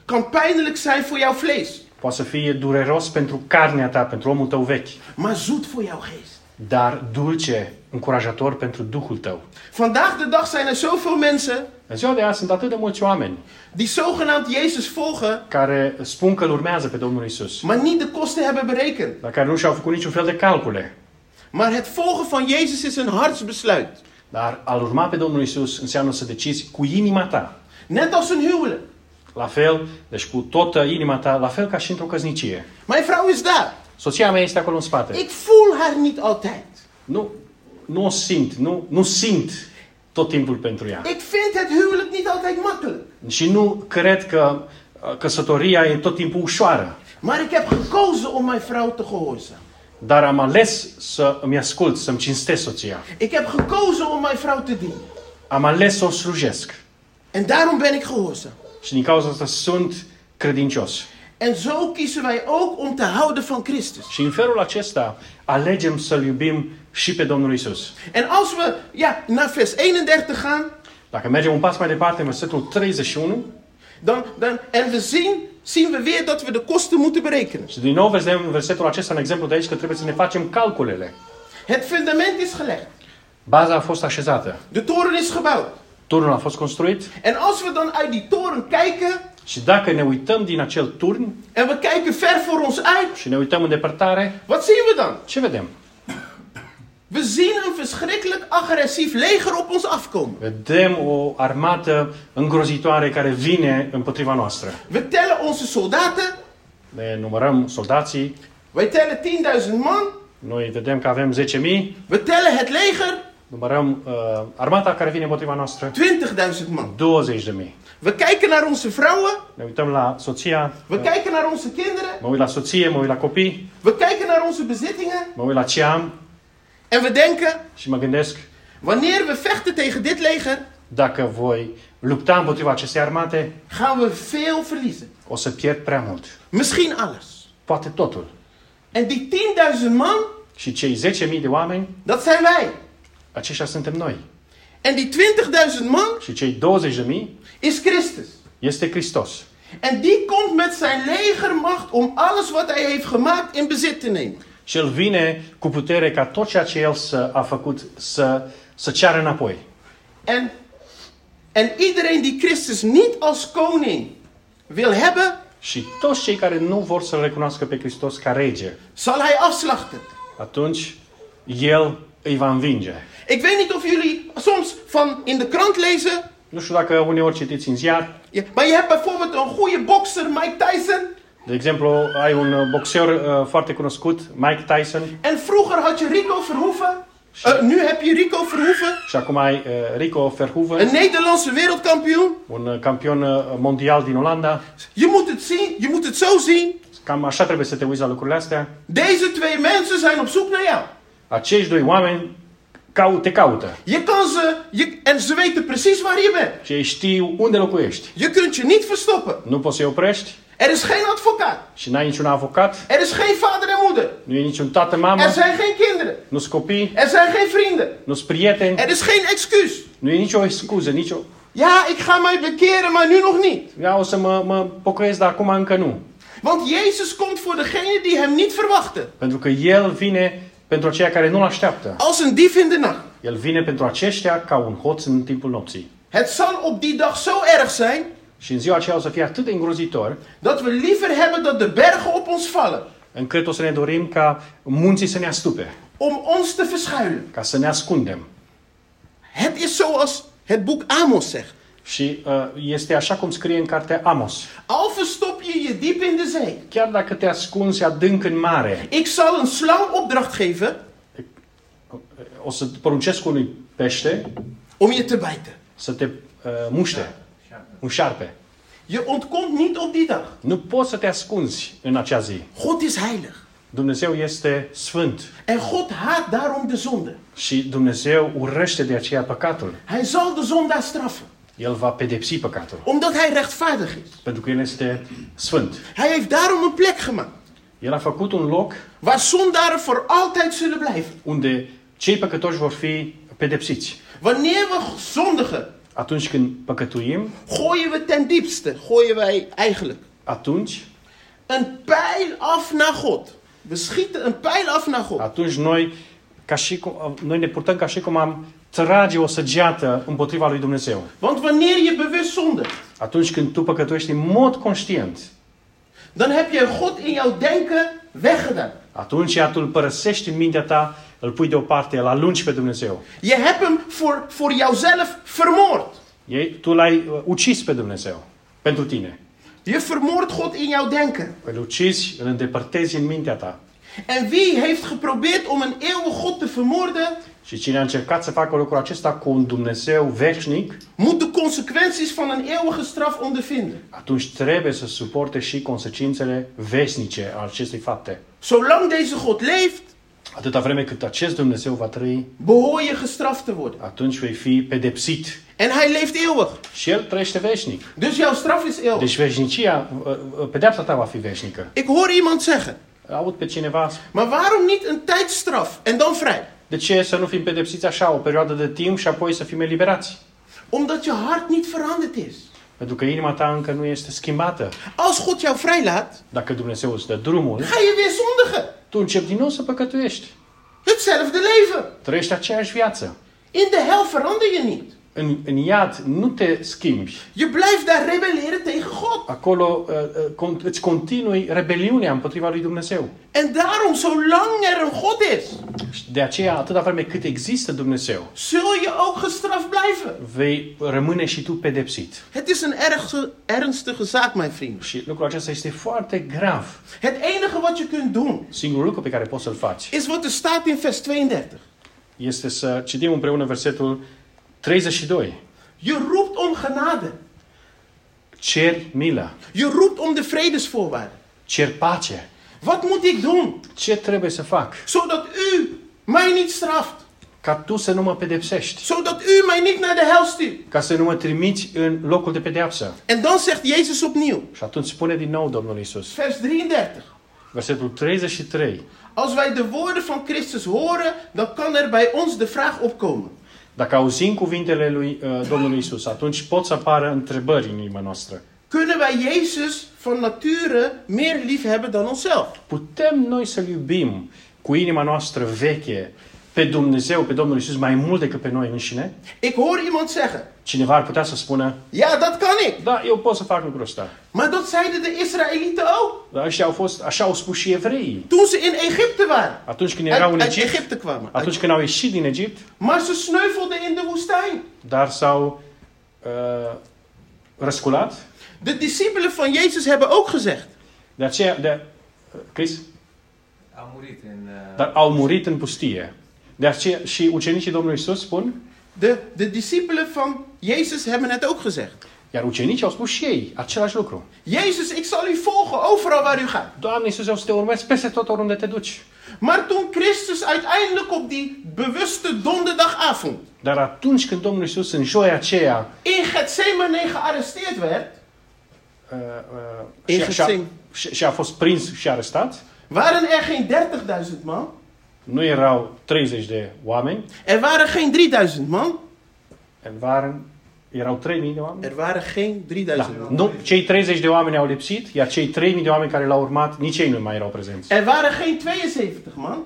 Speaker 1: kan pijnlijk zijn voor jouw vlees,
Speaker 2: Poate să fie dureros pentru carnea ta, pentru omul tău vechi,
Speaker 1: maar zoet voor jouw geest.
Speaker 2: dar dulce, încurajator pentru Duhul tău.
Speaker 1: Vandaag de dag zijn er zoveel mensen
Speaker 2: În ziua de azi sunt atât de mulți oameni
Speaker 1: die zogenaamd Jezus volgen,
Speaker 2: care spun că îl urmează pe Domnul Isus,
Speaker 1: maar niet de kosten hebben berekend.
Speaker 2: dar care nu și-au făcut niciun fel de calcule.
Speaker 1: Maar het volgen van Jezus is een hartsbesluit.
Speaker 2: Dar al urma pe Domnul Isus înseamnă să decizi cu inima ta.
Speaker 1: Net als een huwelijk.
Speaker 2: La fel, deci cu toată inima ta, la fel ca și într-o căsnicie.
Speaker 1: Mijn vrouw is daar.
Speaker 2: Soția mea este acolo în spate.
Speaker 1: Ik voel haar niet altijd.
Speaker 2: Nu, nu o simt, nu, nu simt tot timpul pentru ea.
Speaker 1: Ik vind het huwelijk niet altijd makkelijk.
Speaker 2: Și nu cred că uh, căsătoria e tot timpul ușoară.
Speaker 1: Maar ik heb gekozen om mijn vrouw te gehoorzamen.
Speaker 2: Dar am ales să îmi ascult, să-mi cinstesc soția.
Speaker 1: Ik heb gekozen om mijn vrouw te dienen.
Speaker 2: Am ales să o slujesc.
Speaker 1: En daarom ben ik gehoorzaam.
Speaker 2: Și din cauza asta sunt credincios.
Speaker 1: En zo kiezen wij ook om te houden van Christus.
Speaker 2: Și în felul acesta alegem să-L iubim și pe Domnul Isus.
Speaker 1: En als we ja, naar vers 31 gaan,
Speaker 2: Dacă mergem un pas mai departe, în versetul 31,
Speaker 1: dan, dan, en we zien, zien we weer dat we de kosten moeten berekenen.
Speaker 2: și din nou vedem în versetul acesta, în exemplu de aici, că trebuie să ne facem calculele.
Speaker 1: Het fundament is gelegd.
Speaker 2: Baza a fost așezată,
Speaker 1: De toren is gebouwd.
Speaker 2: turnul a fost construit
Speaker 1: En als we dan uit die toren kijken
Speaker 2: și dacă ne uităm din acel turn
Speaker 1: en we kijken ver voor ons uit,
Speaker 2: și ne uităm în depărtare,
Speaker 1: wat zien we dan?
Speaker 2: ce vedem?
Speaker 1: We zien een verschrikkelijk agressief leger op ons afkomen.
Speaker 2: Vedem o armată îngrozitoare care vine împotriva noastră.
Speaker 1: We tellen onze soldaten.
Speaker 2: Ne numărăm soldații,
Speaker 1: Wij tellen 10.000 man.
Speaker 2: noi vedem că avem 10.000,
Speaker 1: We tellen het leger.
Speaker 2: numărăm uh, armata care vine împotriva noastră,
Speaker 1: 20.000 man.
Speaker 2: 20.000.
Speaker 1: We kijken naar onze vrouwen.
Speaker 2: Ne uităm la soția,
Speaker 1: We kijken naar onze kinderen.
Speaker 2: mă uit la soție, mă uit la copii,
Speaker 1: We kijken naar onze bezittingen.
Speaker 2: mă uit la ce am
Speaker 1: En we denken,
Speaker 2: și mă gândesc
Speaker 1: wanneer we vechten tegen dit leger,
Speaker 2: dacă voi lupta împotriva acestei armate,
Speaker 1: gaan we veel verliezen.
Speaker 2: o să pierd prea mult.
Speaker 1: Misschien alles.
Speaker 2: Poate totul.
Speaker 1: En die 10.000 man,
Speaker 2: Și cei 10.000 de oameni,
Speaker 1: dat zijn wij.
Speaker 2: aceștia suntem noi.
Speaker 1: En die 20.000 man
Speaker 2: Și cei 20.000
Speaker 1: is Christus.
Speaker 2: este Hristos.
Speaker 1: En die komt met zijn legermacht om alles wat hij heeft gemaakt in bezit te nemen.
Speaker 2: Și El vine cu putere ca tot ceea ce El să a făcut să, să ceară înapoi.
Speaker 1: En, en iedereen die Christus niet als koning wil hebben,
Speaker 2: Și toți cei care nu vor să-L recunoască pe Hristos ca rege,
Speaker 1: zal hij afslachten.
Speaker 2: atunci El îi va învinge.
Speaker 1: Ik weet niet of jullie soms van in de krant lezen.
Speaker 2: Nu știu dacă uneori citiți în ziar,
Speaker 1: Ja, maar je hebt bijvoorbeeld een goede bokser, Mike Tyson.
Speaker 2: De exemplu, ai un uh, boxer uh, foarte cunoscut, Mike Tyson,
Speaker 1: En vroeger had je Rico Verhoeven. Eh, nu heb je Rico Verhoeven,
Speaker 2: și acum ai uh, Rico
Speaker 1: een
Speaker 2: Verhoeven,
Speaker 1: Nederlandse wereldkampioen.
Speaker 2: un uh, campion uh, mondial din Olanda.
Speaker 1: Je moet het zien, je moet het zo zien.
Speaker 2: Cam așa trebuie să te uiți la lucrurile astea.
Speaker 1: Deze twee mensen zijn op zoek naar jou.
Speaker 2: Acești doi oameni cau- te caută
Speaker 1: Je kan ze, je, en ze weten precies waar je bent.
Speaker 2: și ei știu unde locuiești.
Speaker 1: Je kunt je niet verstoppen.
Speaker 2: Nu poți să-i oprești
Speaker 1: Er is geen advocaat.
Speaker 2: și n-ai niciun avocat,
Speaker 1: Er is geen vader en moeder.
Speaker 2: nu e niciun tată, mamă,
Speaker 1: Er zijn geen kinderen.
Speaker 2: nu-s copii,
Speaker 1: Er zijn geen vrienden.
Speaker 2: nu-s prieteni,
Speaker 1: Er is geen excuus.
Speaker 2: nu e nicio excuză, nicio...
Speaker 1: Ja, ik ga mij bekeren, maar nu nog niet.
Speaker 2: Ia, o să mă, mă pocăiesc, dar acum încă nu.
Speaker 1: Want Jezus komt voor degenen die hem niet verwachten.
Speaker 2: Pentru că El vine pentru aceia care nu-L așteaptă.
Speaker 1: Als een dief in de nacht.
Speaker 2: El vine pentru aceștia ca un hoț în timpul nopții.
Speaker 1: Het zal op die dag zo erg zijn
Speaker 2: Și în ziua aceea o să fie atât de îngrozitor,
Speaker 1: dat we liever hebben dat de bergen op ons vallen.
Speaker 2: încât o să ne dorim ca munții să ne astupe,
Speaker 1: Om ons te verschuilen.
Speaker 2: ca să ne ascundem.
Speaker 1: Het is zoals het boek Amos zegt.
Speaker 2: Și uh, este așa cum scrie în cartea Amos.
Speaker 1: Al verstop je je diep in de zee.
Speaker 2: Chiar dacă te ascunzi adânc în mare,
Speaker 1: Ik zal een slang opdracht geven
Speaker 2: o să poruncesc unui pește
Speaker 1: om je te bijten.
Speaker 2: să te uh, muște,
Speaker 3: șarpe.
Speaker 2: un șarpe.
Speaker 1: Je ontkomt niet op die dag.
Speaker 2: Nu poți să te ascunzi în acea zi.
Speaker 1: God is heilig.
Speaker 2: Dumnezeu este sfânt
Speaker 1: En God haat daarom de zonde.
Speaker 2: și Dumnezeu urăște de aceea păcatul.
Speaker 1: Hij zal de zondaar straffen.
Speaker 2: El va pedepsi păcatul,
Speaker 1: Omdat hij rechtvaardig is.
Speaker 2: pentru că El este sfânt.
Speaker 1: Hij heeft daarom een plek gemaakt.
Speaker 2: El a făcut un loc
Speaker 1: Waar zondaren voor altijd zullen blijven.
Speaker 2: unde cei păcătoși vor fi pedepsiți.
Speaker 1: Wanneer we zondigen,
Speaker 2: Atunci când păcătuim,
Speaker 1: gooien we ten diepste. Gooien wij eigenlijk
Speaker 2: atunci,
Speaker 1: een pijl af naar God. We schieten een pijl af naar God.
Speaker 2: atunci noi, ca și cum, noi ne purtăm ca și cum am trage o săgeată împotriva lui Dumnezeu.
Speaker 1: Want wanneer je bewust zondigt,
Speaker 2: Atunci când tu păcătuiești în mod conștient,
Speaker 1: dan heb je God in jouw denken weggedaan.
Speaker 2: atunci ea tu îl părăsești în mintea ta, îl pui deoparte, îl alungi pe Dumnezeu.
Speaker 1: Je hebt hem voor, voor jouzelf vermoord.
Speaker 2: Ei, tu l-ai uh, ucis pe Dumnezeu, pentru tine. Păi
Speaker 1: Je vermoordt God in jouw denken.
Speaker 2: Îl ucizi, îl îndepărtezi în mintea ta.
Speaker 1: En wie heeft geprobeerd om een eeuwig God te vermoorden,
Speaker 2: Și cine a încercat să facă lucrul acesta cu un Dumnezeu veșnic,
Speaker 1: moet de consequenties van een eeuwige straf ondervinden.
Speaker 2: atunci trebuie să suporte și consecințele veșnice ale acestei fapte.
Speaker 1: Zolang deze God leeft,
Speaker 2: Atâta vreme cât acest Dumnezeu va trăi,
Speaker 1: behoor je gestraft te worden.
Speaker 2: atunci vei fi pedepsit.
Speaker 1: En hij leeft eeuwig.
Speaker 2: Și El trăiește veșnic.
Speaker 1: Dus jouw straf is eeuwig.
Speaker 2: Deci veșnicia, uh, uh, pedepsa ta va fi veșnică.
Speaker 1: Ik hoor iemand zeggen,
Speaker 2: Aud pe cineva,
Speaker 1: maar waarom niet een tijdstraf en dan vrij?
Speaker 2: de ce să nu fim pedepsiți așa o perioadă de timp și apoi să fim eliberați?
Speaker 1: Omdat je hart niet veranderd is.
Speaker 2: Pentru că inima ta încă nu este schimbată.
Speaker 1: Als God jou vrijlaat,
Speaker 2: Dacă Dumnezeu îți dă drumul,
Speaker 1: ga je weer zondigen.
Speaker 2: tu începi din nou să păcătuiești.
Speaker 1: Hetzelfde leven.
Speaker 2: Trăiești aceeași viață.
Speaker 1: In de hel verander je niet.
Speaker 2: În, în iad nu te schimbi.
Speaker 1: Je blijft daar rebelleren tegen God.
Speaker 2: Acolo uh, uh, con- îți continui rebeliunea împotriva lui Dumnezeu.
Speaker 1: En daarom, zolang er een God is,
Speaker 2: Și De aceea, atâta vreme cât există Dumnezeu,
Speaker 1: zul je ook gestraft blijven.
Speaker 2: vei rămâne și tu pedepsit.
Speaker 1: Het is een erg, ernstige zaak, mijn vrienden.
Speaker 2: Și lucrul acesta este foarte grav.
Speaker 1: Het enige wat je kunt doen,
Speaker 2: Singurul lucru pe care poți să-l faci
Speaker 1: is wat er staat in vers 32.
Speaker 2: este să citim împreună versetul 32.
Speaker 1: Je roept om genade.
Speaker 2: Cer milă,
Speaker 1: Je roept om de vredesvoorwaarden.
Speaker 2: cer pace.
Speaker 1: Wat moet ik doen,
Speaker 2: Ce trebuie să fac?
Speaker 1: zodat u mij niet straft?
Speaker 2: Ca tu să nu mă pedepsești,
Speaker 1: Zodat u mij niet naar de hel stuurt?
Speaker 2: ca să nu mă trimiți în locul de pedeapsă.
Speaker 1: En dan zegt Jezus opnieuw,
Speaker 2: Și atunci spune din nou Domnul Isus,
Speaker 1: vers 33.
Speaker 2: versetul 33.
Speaker 1: Als wij de woorden van Christus horen, dan kan er bij ons de vraag opkomen.
Speaker 2: Dacă auzim cuvintele lui uh, Domnului Isus, atunci pot să apară întrebări în inima noastră.
Speaker 1: Kunnen wij Jezus van nature meer lief hebben dan onszelf?
Speaker 2: Putem noi să-L iubim cu inima noastră veche pe Dumnezeu, pe Domnul Isus mai mult decât pe noi înșine?
Speaker 1: Ik hoor iemand zeggen,
Speaker 2: Cineva ar putea să spună,
Speaker 1: ja dat kan ik.
Speaker 2: da, eu pot să fac lucrul ăsta.
Speaker 1: Maar dat zeiden de Israëlieten ook
Speaker 2: Dar ăștia au fost, așa au spus și evreii.
Speaker 1: toen ze in Egypte waren.
Speaker 2: Atunci când erau
Speaker 1: Uit,
Speaker 2: în
Speaker 1: uit
Speaker 2: Egipt,
Speaker 1: Egypte kwamen.
Speaker 2: atunci când au ieșit din Egipt,
Speaker 1: Maar ze sneuvelden in de woestijn.
Speaker 2: dar s-au uh, răsculat.
Speaker 1: De discipelen van Jezus hebben ook gezegd.
Speaker 2: De aceea, de, Chris,
Speaker 3: A murit în... uh,
Speaker 2: dar au murit în pustie. De aceea, și ucenicii Domnului Isus spun,
Speaker 1: De, de discipelen van Jezus hebben het ook gezegd.
Speaker 2: Iar ucenicii au spus și ei același lucru.
Speaker 1: Jezus, ik zal u volgen overal waar u gaat.
Speaker 2: Doamne Iisuse, o să te urmezi peste tot oriunde te duci.
Speaker 1: Maar toen Christus uiteindelijk op die bewuste donderdagavond
Speaker 2: Dar atunci când Domnul Iisus în joia aceea
Speaker 1: in Gethsemane gearresteerd werd,
Speaker 2: uh, uh,
Speaker 1: În
Speaker 2: și, și, a,
Speaker 1: Ghețim.
Speaker 2: și, și a fost prins și arestat,
Speaker 1: waren er geen 30.000 man.
Speaker 2: nu erau 30 de oameni,
Speaker 1: Er waren geen 3000 man.
Speaker 2: en waren Erau 3.000 de oameni?
Speaker 1: Er waren geen
Speaker 2: Da.
Speaker 1: 3000 oameni.
Speaker 2: Nu, cei 30 de oameni au lipsit, iar cei 3.000 de oameni care l-au urmat, nici ei nu mai erau prezenți.
Speaker 1: Er waren geen 72 man.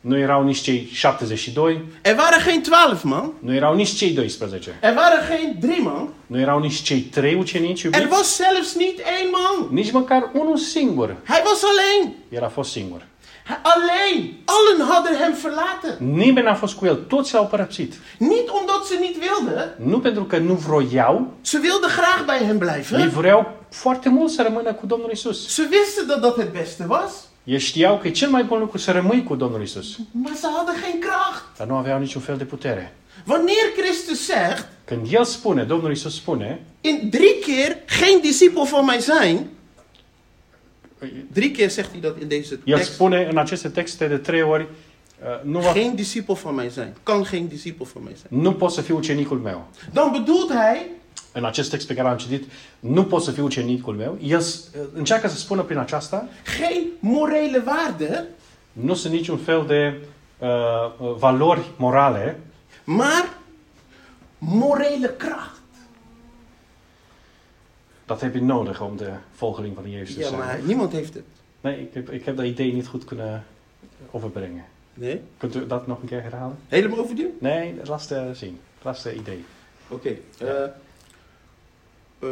Speaker 2: Nu erau nici cei 72,
Speaker 1: Er waren geen 12 man.
Speaker 2: nu erau nici cei 12,
Speaker 1: Er waren geen 3 man.
Speaker 2: nu erau nici cei 3 ucenici
Speaker 1: Er
Speaker 2: iubiți,
Speaker 1: was zelfs niet één man.
Speaker 2: nici măcar unul singur.
Speaker 1: Hij was alleen.
Speaker 2: El a fost singur.
Speaker 1: Hij- Alleen. Allen hadden hem verlaten.
Speaker 2: Nimeni n-a fost cu el, toți l-au părăsit.
Speaker 1: Niet omdat ze niet wilden.
Speaker 2: Nu pentru că nu vroiau,
Speaker 1: Ze wilden graag bij hem
Speaker 2: ei
Speaker 1: blijven.
Speaker 2: vreau foarte mult să rămână cu Domnul Isus.
Speaker 1: Ze wisten dat dat het beste was.
Speaker 2: Ei știau că e cel mai bun lucru să rămâi cu Domnul Isus,
Speaker 1: Maar ze hadden geen kracht.
Speaker 2: dar nu aveau niciun fel de putere.
Speaker 1: Wanneer Christus zegt,
Speaker 2: Când El spune, Domnul Isus spune,
Speaker 1: in drie keer geen discipel van mij zijn. Drie keer zegt hij dat in deze
Speaker 2: El
Speaker 1: tekst.
Speaker 2: spune în aceste texte de trei ori, uh, nu, va,
Speaker 1: Geen discipel van mij zijn. Kan geen discipel van mij zijn.
Speaker 2: nu poți să fii ucenicul meu.
Speaker 1: Dan bedoelt hij,
Speaker 2: În acest text pe care l-am citit, nu poți să fii ucenicul meu. El s- uh, încearcă să spună prin aceasta,
Speaker 1: geen morele waarde,
Speaker 2: nu sunt niciun fel de uh, uh, valori morale,
Speaker 1: maar morele kracht.
Speaker 2: dat heb je nodig om de volgeling van Jezus te
Speaker 1: Ja,
Speaker 2: zijn.
Speaker 1: maar niemand heeft het.
Speaker 2: Nee, ik heb, ik heb dat idee niet goed kunnen overbrengen.
Speaker 1: Nee?
Speaker 2: Kunt u dat nog een keer herhalen?
Speaker 1: Helemaal overduw?
Speaker 2: Nee, lastig zien. Lastig idee.
Speaker 1: Oké. eh, eh,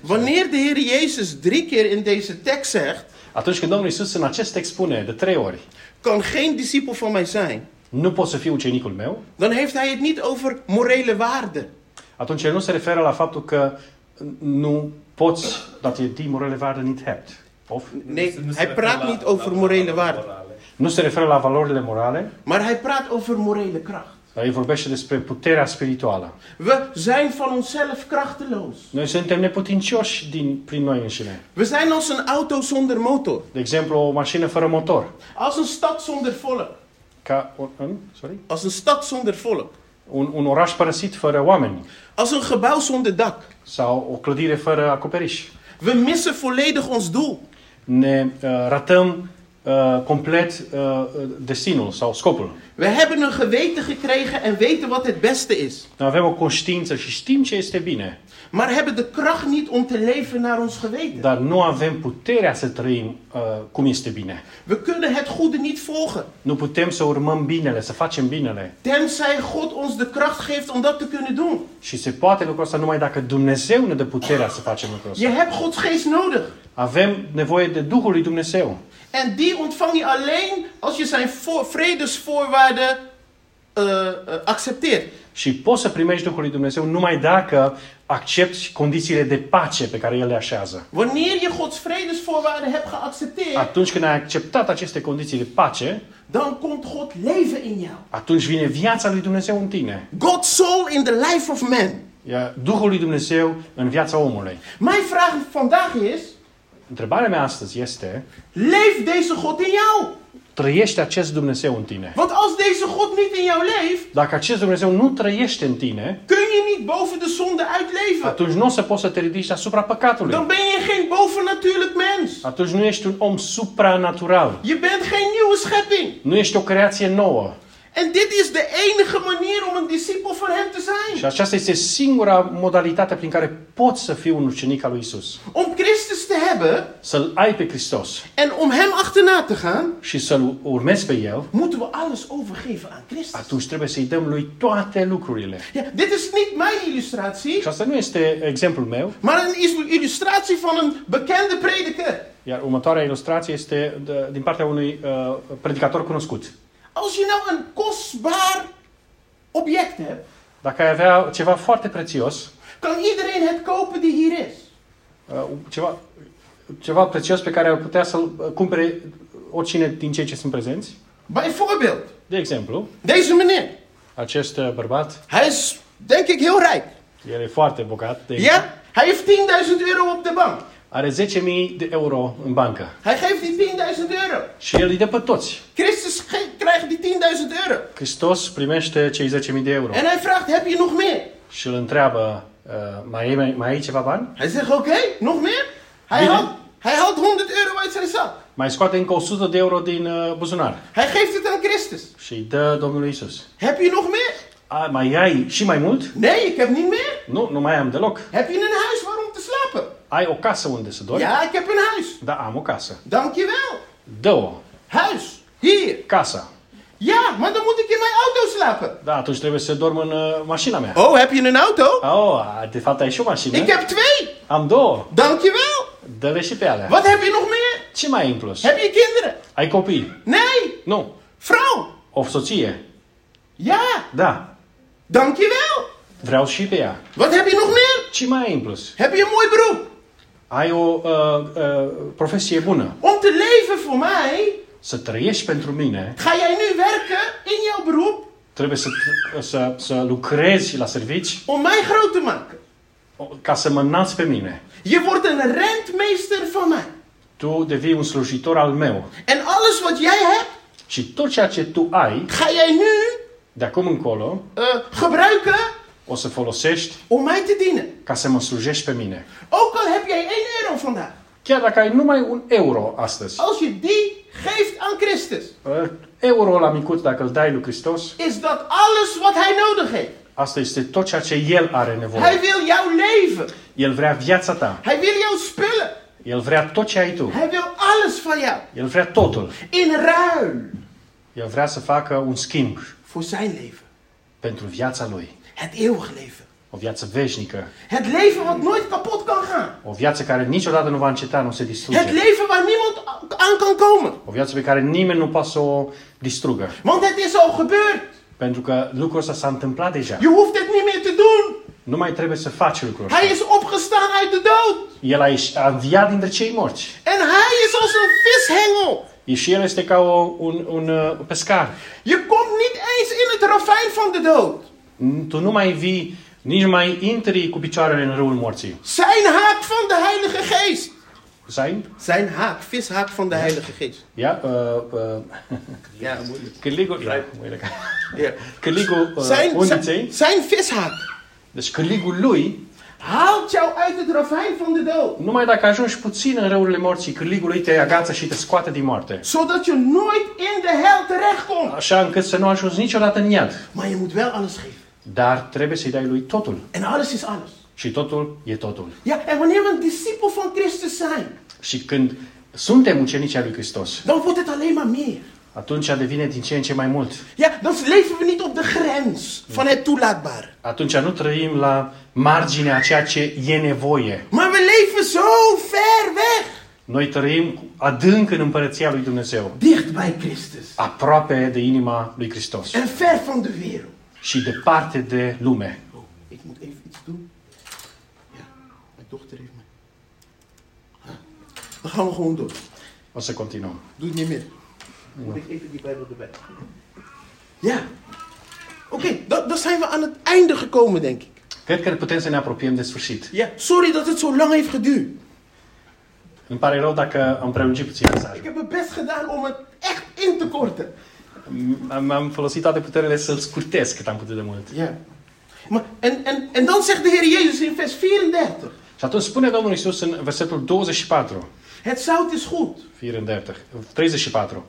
Speaker 1: wanneer de Heer Jezus drie keer in deze tekst zegt,
Speaker 2: Atunci când Domnul Isus în acest text spune de trei ori,
Speaker 1: kan geen discipel van mij zijn,
Speaker 2: nu poți să fii ucenicul meu,
Speaker 1: dan heeft hij het niet over morele waarde.
Speaker 2: atunci el nu se referă la faptul că nu poți, dat e je die morele waarde niet hebt. Of
Speaker 1: Nee,
Speaker 5: Nu se
Speaker 1: hij
Speaker 5: referă
Speaker 1: praat
Speaker 5: la-
Speaker 1: niet over
Speaker 5: la-
Speaker 1: morele
Speaker 5: la-
Speaker 1: waarden,
Speaker 5: morale.
Speaker 2: nu se referă la valorile morale,
Speaker 1: maar hij praat over morele kracht.
Speaker 2: dar el vorbește despre puterea spirituală.
Speaker 1: We zijn van onszelf krachteloos.
Speaker 2: Noi suntem neputincioși din, prin noi înșine.
Speaker 1: We zijn als een auto zonder motor,
Speaker 2: De exemplu, o mașină fără motor.
Speaker 1: als een stad zonder volk,
Speaker 2: Ca un, un, sorry?
Speaker 1: als een stad zonder volk,
Speaker 2: Un, un oraș părăsit fără oameni.
Speaker 1: als een gebouw zonder dak.
Speaker 2: Sau o clădire fără acoperiș.
Speaker 1: We missen volledig ons doel.
Speaker 2: Ne uh, ratăm uh, complet uh, destinul sau scopul.
Speaker 1: We hebben een geweten gekregen en weten wat het beste is,
Speaker 2: Noi avem o conștiință și știm ce este bine,
Speaker 1: maar hebben de kracht niet om te leven naar ons geweten.
Speaker 2: dar nu avem puterea să trăim uh, cum este bine.
Speaker 1: We kunnen het goede niet volgen,
Speaker 2: Nu putem să urmăm binele, să facem binele.
Speaker 1: tenzij God ons de kracht geeft om dat te kunnen doen.
Speaker 2: Și se poate lucrul ăsta numai dacă Dumnezeu ne dă puterea să facem lucrul ăsta.
Speaker 1: Je hebt Gods geest nodig.
Speaker 2: Avem nevoie de Duhul lui Dumnezeu.
Speaker 1: En die ontvang je alleen als je zijn voor- vredesvoorwaarden eh, eh, accepteert.
Speaker 2: Și poți să primești Duhul lui Dumnezeu numai dacă accepti condițiile de pace pe care El le așează.
Speaker 1: Wanneer je Gods vredesvoorwaarden hebt geaccepteerd,
Speaker 2: Atunci când ai acceptat aceste condiții de pace,
Speaker 1: dan komt God leven in jou.
Speaker 2: atunci vine viața lui Dumnezeu în tine.
Speaker 1: God's soul in the life of man.
Speaker 2: Ia Duhul lui Dumnezeu în viața omului.
Speaker 1: Mijn vraag vandaag is:
Speaker 2: Întrebarea mea astăzi este,
Speaker 1: leeft deze God in jou?
Speaker 2: trăiește acest Dumnezeu în tine.
Speaker 1: Want als deze God niet in jou leeft,
Speaker 2: Dacă acest Dumnezeu nu trăiește în tine,
Speaker 1: kun je niet boven de zonde uitleven.
Speaker 2: atunci nu o să poți să te ridici deasupra păcatului.
Speaker 1: Dan ben je geen bovennatuurlijk mens.
Speaker 2: Atunci nu ești un om supranatural.
Speaker 1: Je bent geen nieuwe schepping.
Speaker 2: Nu ești o creație nouă.
Speaker 1: En dit is de enige manier om een discipel van hem te zijn.
Speaker 2: Și aceasta este singura modalitate prin care poți să fii un ucenic al lui Isus.
Speaker 1: Om Christus te hebben
Speaker 2: Să-L ai pe Hristos
Speaker 1: en om Hem achterna te gaan,
Speaker 2: și să-L urmezi pe El,
Speaker 1: moeten we alles overgeven aan Christus.
Speaker 2: atunci trebuie să-i dăm lui toate lucrurile.
Speaker 1: Ja, dit is niet mijn illustratie,
Speaker 2: Și asta nu este exemplul meu,
Speaker 1: maar een is- illustratie van een bekende prediker.
Speaker 2: iar următoarea ilustrație este de, din partea unui uh, predicator cunoscut.
Speaker 1: Als je nou een kostbaar object hebt,
Speaker 2: Dacă ai avea ceva foarte prețios,
Speaker 1: kan iedereen het kopen die hier is.
Speaker 2: Uh, ceva, ceva prețios pe care ar putea să-l uh, cumpere oricine din cei ce sunt prezenți.
Speaker 1: Bijvoorbeeld,
Speaker 2: De exemplu,
Speaker 1: deze meneer.
Speaker 2: acest uh, bărbat,
Speaker 1: Hij is denk ik heel rijk.
Speaker 2: el e foarte bogat, de exemplu,
Speaker 1: Ja? Hij heeft 10.000 euro op de bank.
Speaker 2: are 10.000 de euro în bancă
Speaker 1: Hij geeft die 10.000 euro.
Speaker 2: și el îi dă pe toți.
Speaker 1: Christus ge- krijgt die 10.000 euro.
Speaker 2: Hristos primește cei 10.000 de euro
Speaker 1: En hij vraagt, heb je nog meer?
Speaker 2: și îl întreabă, uh, mai, ai, mai, mai ai ceva bani?
Speaker 1: Hij zegt, oké, nog meer? Hij
Speaker 2: Binnen.
Speaker 1: haalt, hij haalt 100 euro uit zijn zak.
Speaker 2: Mai scoate încă 100 de euro din uh, buzunar
Speaker 1: Hij geeft het aan Christus.
Speaker 2: și îi dă Domnului Isus.
Speaker 1: Heb je nog meer?
Speaker 2: A, mai ai și mai mult?
Speaker 1: Nee, ik heb niet meer.
Speaker 2: Nu, nu mai am deloc.
Speaker 1: Heb je een huis waarom te slapen?
Speaker 2: Ai o casă unde să dormi?
Speaker 1: Ja, ik heb een huis.
Speaker 2: Da, am o casă.
Speaker 1: Dankjewel.
Speaker 2: Dă-o.
Speaker 1: Huis. Hier.
Speaker 2: Casa.
Speaker 1: Ja, maar dan moet ik in mijn auto slapen.
Speaker 2: Da, atunci trebuie să dorm în uh, mașina mea.
Speaker 1: Oh, heb je een auto?
Speaker 2: Oh, de fapt ai și o mașină.
Speaker 1: Ik heb twee.
Speaker 2: Am două.
Speaker 1: Dankjewel.
Speaker 2: Dă-le și pe alea.
Speaker 1: Wat heb je nog meer?
Speaker 2: Ce mai ai în plus?
Speaker 1: Heb je kinderen?
Speaker 2: Ai copii?
Speaker 1: Nee.
Speaker 2: Nu.
Speaker 1: Vrouw.
Speaker 2: O soție?
Speaker 1: Ja,
Speaker 2: Da.
Speaker 1: dankjewel.
Speaker 2: Vreau și pe ea.
Speaker 1: Wat heb je nog meer?
Speaker 2: Ce mai ai în plus?
Speaker 1: Heb je een mooi beroep?
Speaker 2: Ai o uh, uh, profesie bună.
Speaker 1: Om te leven voor mij
Speaker 2: Să trăiești pentru mine,
Speaker 1: ga jij nu werken in jouw beroep
Speaker 2: trebuie să, să, să lucrezi la servici
Speaker 1: om mij groot te maken.
Speaker 2: o- ca să mă nați pe mine.
Speaker 1: Je wordt een rentmeester van mij.
Speaker 2: Tu devii un slujitor al meu.
Speaker 1: En alles wat jij hebt,
Speaker 2: Și tot ceea ce tu ai,
Speaker 1: ga jij nu
Speaker 2: de acum încolo,
Speaker 1: eh, gebruiken
Speaker 2: o să folosești
Speaker 1: om mij te dienen.
Speaker 2: ca să mă slujești pe mine.
Speaker 1: Ook al heb jij 1 euro vandaag.
Speaker 2: Chiar dacă ai numai un euro astăzi,
Speaker 1: Als je die geeft aan Christus,
Speaker 2: uh, euro la micut dacă îl dai lui Hristos,
Speaker 1: is dat alles wat hij nodig heeft.
Speaker 2: asta este tot ceea ce El are
Speaker 1: Hij
Speaker 2: nevoie.
Speaker 1: wil jouw leven.
Speaker 2: El vrea viața ta.
Speaker 1: Hij wil jouw spullen.
Speaker 2: El vrea tot ce ai tu.
Speaker 1: Hij wil alles van jou.
Speaker 2: El vrea totul.
Speaker 1: In ruil
Speaker 2: El vrea să facă un schimb
Speaker 1: voor zijn leven.
Speaker 2: pentru viața lui.
Speaker 1: Het eeuwig leven.
Speaker 2: O viață veșnică.
Speaker 1: Het leven wat nooit kapot kan gaan.
Speaker 2: O viață care niciodată nu va înceta, nu se
Speaker 1: Het
Speaker 2: distruge.
Speaker 1: leven waar niemand aan kan komen.
Speaker 2: O viață pe care nimeni nu poate să o distrugă.
Speaker 1: Want het is al gebeurd.
Speaker 2: Pentru că lucrul ăsta s-a întâmplat deja.
Speaker 1: Je hoeft het niet meer te doen.
Speaker 2: Nu mai trebuie să faci lucrul ăsta.
Speaker 1: Hij is opgestaan uit de dood.
Speaker 2: El a, ieș- a înviat dintre cei morți.
Speaker 1: En hij is als een vishengel.
Speaker 2: E Și el este ca o, un, un uh, pescar.
Speaker 1: Je komt niet eens in het ravijn van de dood.
Speaker 2: N- Tu nu mai vii, nici nu mai intri cu picioarele în râul morții.
Speaker 1: Zijn haak van de Heilige Geest.
Speaker 2: Zijn?
Speaker 1: Zijn haak, vishaak van de Heilige Geest.
Speaker 2: Ia, uh, uh,
Speaker 1: Ja, moeilijk.
Speaker 2: cârligul, ia, uite că-
Speaker 1: Ja.
Speaker 2: cârligul uh,
Speaker 1: Zijn,
Speaker 2: undiței,
Speaker 1: zijn, zijn vishaak
Speaker 2: deci cârligul lui
Speaker 1: haalt jou uit het ravijn van de dood.
Speaker 2: Numai dacă ajungi puțin în răurile morții, cârligul lui te agață și te scoate din moarte.
Speaker 1: Zodat je nooit in de hel terechtkomt.
Speaker 2: Așa încât să nu ajungi niciodată în iad.
Speaker 1: Maar je moet wel alles geven.
Speaker 2: Dar trebuie să-i dai lui totul.
Speaker 1: En alles is alles.
Speaker 2: Și totul e totul.
Speaker 1: Ja, en wanneer we een discipel van Christus zijn,
Speaker 2: Și când suntem ucenicii ai lui Hristos,
Speaker 1: dan wordt het alleen maar meer.
Speaker 2: atunci devine din ce în ce mai mult.
Speaker 1: Ja, dan leven we niet op de grens van het toelaatbare.
Speaker 2: Atunci nu trăim la marginea a ceea ce e nevoie.
Speaker 1: Maar we leven zo ver weg.
Speaker 2: Noi trăim adânc în împărăția lui Dumnezeu.
Speaker 1: Dicht bij Christus.
Speaker 2: Aproape de inima lui Hristos.
Speaker 1: En ver van de wereld.
Speaker 2: Și departe de lume.
Speaker 1: Oh, ik moet even iets doen. Ja, mijn dochter heeft mij. Ah, Dan gaan we gewoon door.
Speaker 2: O să continuăm.
Speaker 1: Doe het niet meer. Moet ik even die Bijbel erbij. Ja. Oké, dan, dan zijn we aan het einde gekomen, denk ik.
Speaker 2: Cred că putem să ne apropiem de sfârșit.
Speaker 1: Ja. Sorry dat het zo lang heeft geduurd.
Speaker 2: Îmi pare rău dacă am prelungit puțin
Speaker 1: Ik
Speaker 2: mesajul.
Speaker 1: heb mijn best gedaan om het echt in te korten.
Speaker 2: Am, am folosit toate puterile să-l scurtez cât am putut de mult.
Speaker 1: Ja. Maar, en, en, en dan zegt de Heer Jezus in vers 34.
Speaker 2: Și atunci spune Domnul Isus în versetul 24,
Speaker 1: Het zout is goed.
Speaker 2: 34, 34.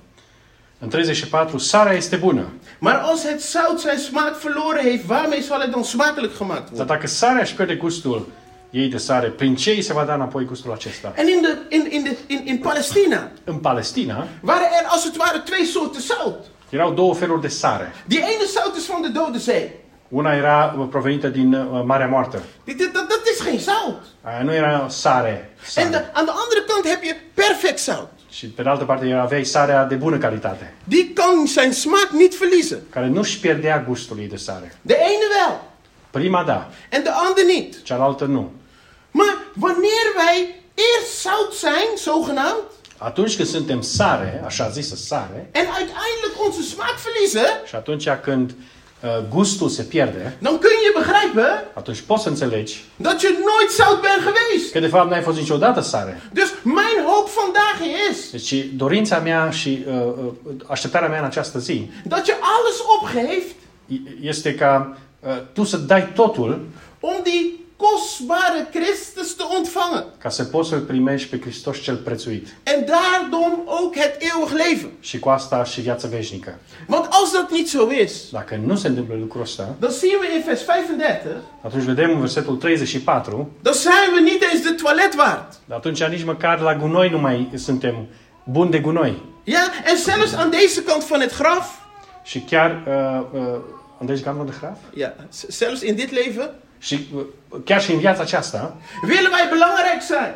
Speaker 2: În 34, sarea este bună.
Speaker 1: Maar als het zout zijn smaak verloren heeft, waarmee zal het dan smakelijk gemaakt
Speaker 2: Dar
Speaker 1: worden?
Speaker 2: dacă sarea își pierde gustul ei de sare, prin ce îi se va da înapoi gustul acesta?
Speaker 1: En in, de, in, in, de, in, in Palestina
Speaker 2: În Palestina
Speaker 1: waren er als het ware twee soorten zout.
Speaker 2: erau două feluri de sare.
Speaker 1: Die ene zout is van de Dode Zee.
Speaker 2: Una era uh, provenită din uh, Marea Moartă.
Speaker 1: Dit- dit- dat, dat is geen zout.
Speaker 2: Aia nu era sare.
Speaker 1: En
Speaker 2: sare.
Speaker 1: de- aan de andere kant heb je perfect zout.
Speaker 2: Și pe de altă parte aveai sarea de bună calitate,
Speaker 1: Die kan zijn smaak niet verliezen.
Speaker 2: care nu-și pierdea gustul ei de sare.
Speaker 1: De ene wel
Speaker 2: Prima da,
Speaker 1: en de ander niet.
Speaker 2: cealaltă nu.
Speaker 1: Maar wanneer wij eerst zout zijn, zogenaamd,
Speaker 2: Atunci când suntem sare, așa zisă sare,
Speaker 1: en uiteindelijk onze smaak verliezen,
Speaker 2: și atunci când uh, gustul se pierde,
Speaker 1: dan kun je begrijpen
Speaker 2: atunci poți să înțelegi
Speaker 1: dat je nooit zout bent geweest.
Speaker 2: că de fapt n-ai fost niciodată sare.
Speaker 1: Dus mijn hoop vandaag is
Speaker 2: Deci dorința mea și uh, uh, așteptarea mea în această zi
Speaker 1: dat je alles opgeeft
Speaker 2: i- este ca uh, tu să dai totul
Speaker 1: om die kostbare Christus te ontvangen.
Speaker 2: ca să poți să-L primești pe Hristos cel prețuit.
Speaker 1: En daarom ook het eeuwig leven.
Speaker 2: Și cu asta și viața veșnică.
Speaker 1: Want als dat niet zo is,
Speaker 2: Dacă nu se întâmplă lucrul ăsta,
Speaker 1: dan zien we in vers 35,
Speaker 2: atunci vedem în versetul 34,
Speaker 1: dan zijn we niet eens de toilet waard.
Speaker 2: dar atunci nici măcar la gunoi nu mai suntem buni de gunoi.
Speaker 1: Ja, en zelfs aan deze kant van het graf,
Speaker 2: Și chiar uh, uh, în deze kant van de graf?
Speaker 1: ja, z- zelfs in dit leven,
Speaker 2: Și uh, chiar și în viața aceasta
Speaker 1: willen wij belangrijk zijn.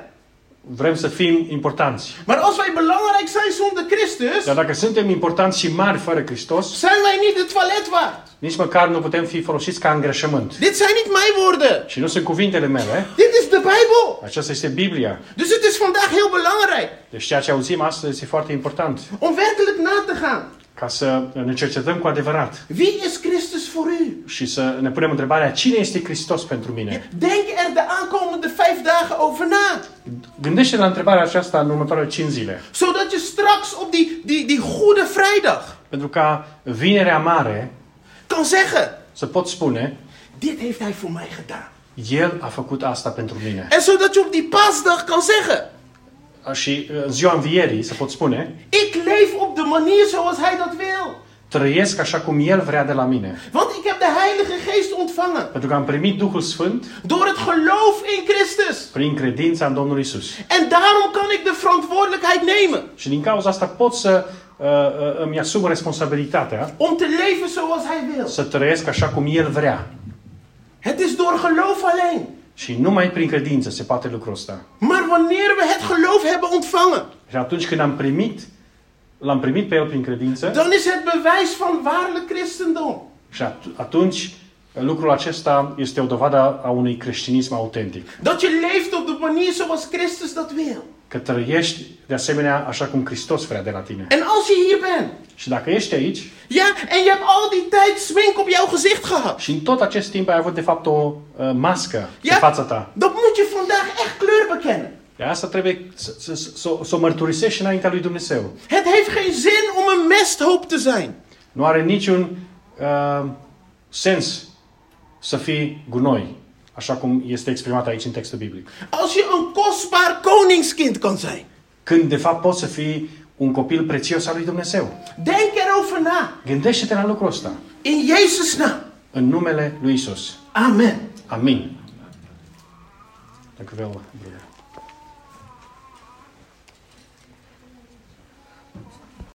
Speaker 2: vrem să fim importanți.
Speaker 1: Maar als wij belangrijk zijn zonder Christus,
Speaker 2: Dar dacă suntem importanți și mari fără Hristos,
Speaker 1: zijn wij niet de toilet waard.
Speaker 2: nici măcar nu putem fi folosiți ca îngrășământ.
Speaker 1: Dit zijn niet mijn woorden.
Speaker 2: Și nu sunt cuvintele mele,
Speaker 1: Dit is de Bijbel.
Speaker 2: aceasta este Biblia.
Speaker 1: Dus het is vandaag heel belangrijk
Speaker 2: Deci ceea ce auzim astăzi este foarte important
Speaker 1: om werkelijk na te gaan.
Speaker 2: ca să ne cercetăm cu adevărat
Speaker 1: Wie is Christus voor u?
Speaker 2: și să ne punem întrebarea cine este Hristos pentru mine.
Speaker 1: Denk er de aankomende vijf dagen over na.
Speaker 2: Gândește la întrebarea aceasta în următoarele 5 zile.
Speaker 1: Zodat je straks op die, die, die goede vrijdag
Speaker 2: Pentru ca vinerea mare
Speaker 1: kan zeggen,
Speaker 2: să pot spune
Speaker 1: dit heeft hij voor mij gedaan.
Speaker 2: El a făcut asta pentru mine.
Speaker 1: En zodat je op die paasdag kan zeggen,
Speaker 2: Și în ziua învierii să pot spune
Speaker 1: ik leef op de manier zoals hij dat wil.
Speaker 2: trăiesc așa cum El vrea de la mine.
Speaker 1: Want ik heb de Heilige Geest ontvangen
Speaker 2: Pentru că am primit Duhul Sfânt
Speaker 1: door het geloof in Christus.
Speaker 2: prin credința în Domnul Isus.
Speaker 1: En daarom kan ik de verantwoordelijkheid nemen
Speaker 2: Și din cauza asta pot să uh, uh, îmi asum responsabilitatea
Speaker 1: om te leven zoals hij wil.
Speaker 2: să trăiesc așa cum El vrea.
Speaker 1: Het is door geloof alleen.
Speaker 2: Și numai prin credință se poate lucrul ăsta.
Speaker 1: Maar wanneer we het geloof hebben ontvangen,
Speaker 2: Și atunci când am primit, l-am primit pe El prin credință
Speaker 1: dan is het bewijs van waarlijk christendom.
Speaker 2: și at- atunci lucrul acesta este o dovadă a unui creștinism autentic.
Speaker 1: Dat je leeft op de manier zoals Christus dat wil.
Speaker 2: Că trăiești de asemenea așa cum Hristos vrea de la tine.
Speaker 1: En als je hier bent,
Speaker 2: Și dacă ești aici
Speaker 1: ja, en je hebt al die tijd smink op jouw gezicht gehad,
Speaker 2: și în tot acest timp ai avut de fapt o uh, mască
Speaker 1: Ia-
Speaker 2: pe fața ta,
Speaker 1: dan moet je vandaag echt kleur bekennen.
Speaker 2: de asta trebuie să, să, să, să o mărturisești înaintea lui Dumnezeu.
Speaker 1: Het heeft geen zin om een mesthoop te zijn.
Speaker 2: Nu are niciun uh, sens să fii gunoi, așa cum este exprimat aici în textul biblic.
Speaker 1: Als je een kostbaar koningskind kan zijn.
Speaker 2: Când de fapt poți să fii un copil prețios al lui Dumnezeu.
Speaker 1: Denk erover na.
Speaker 2: Gândește-te la lucrul ăsta.
Speaker 1: In Jezus' naam.
Speaker 2: În numele lui Isus.
Speaker 1: Amen.
Speaker 2: Amin. Dank u wel, broeder.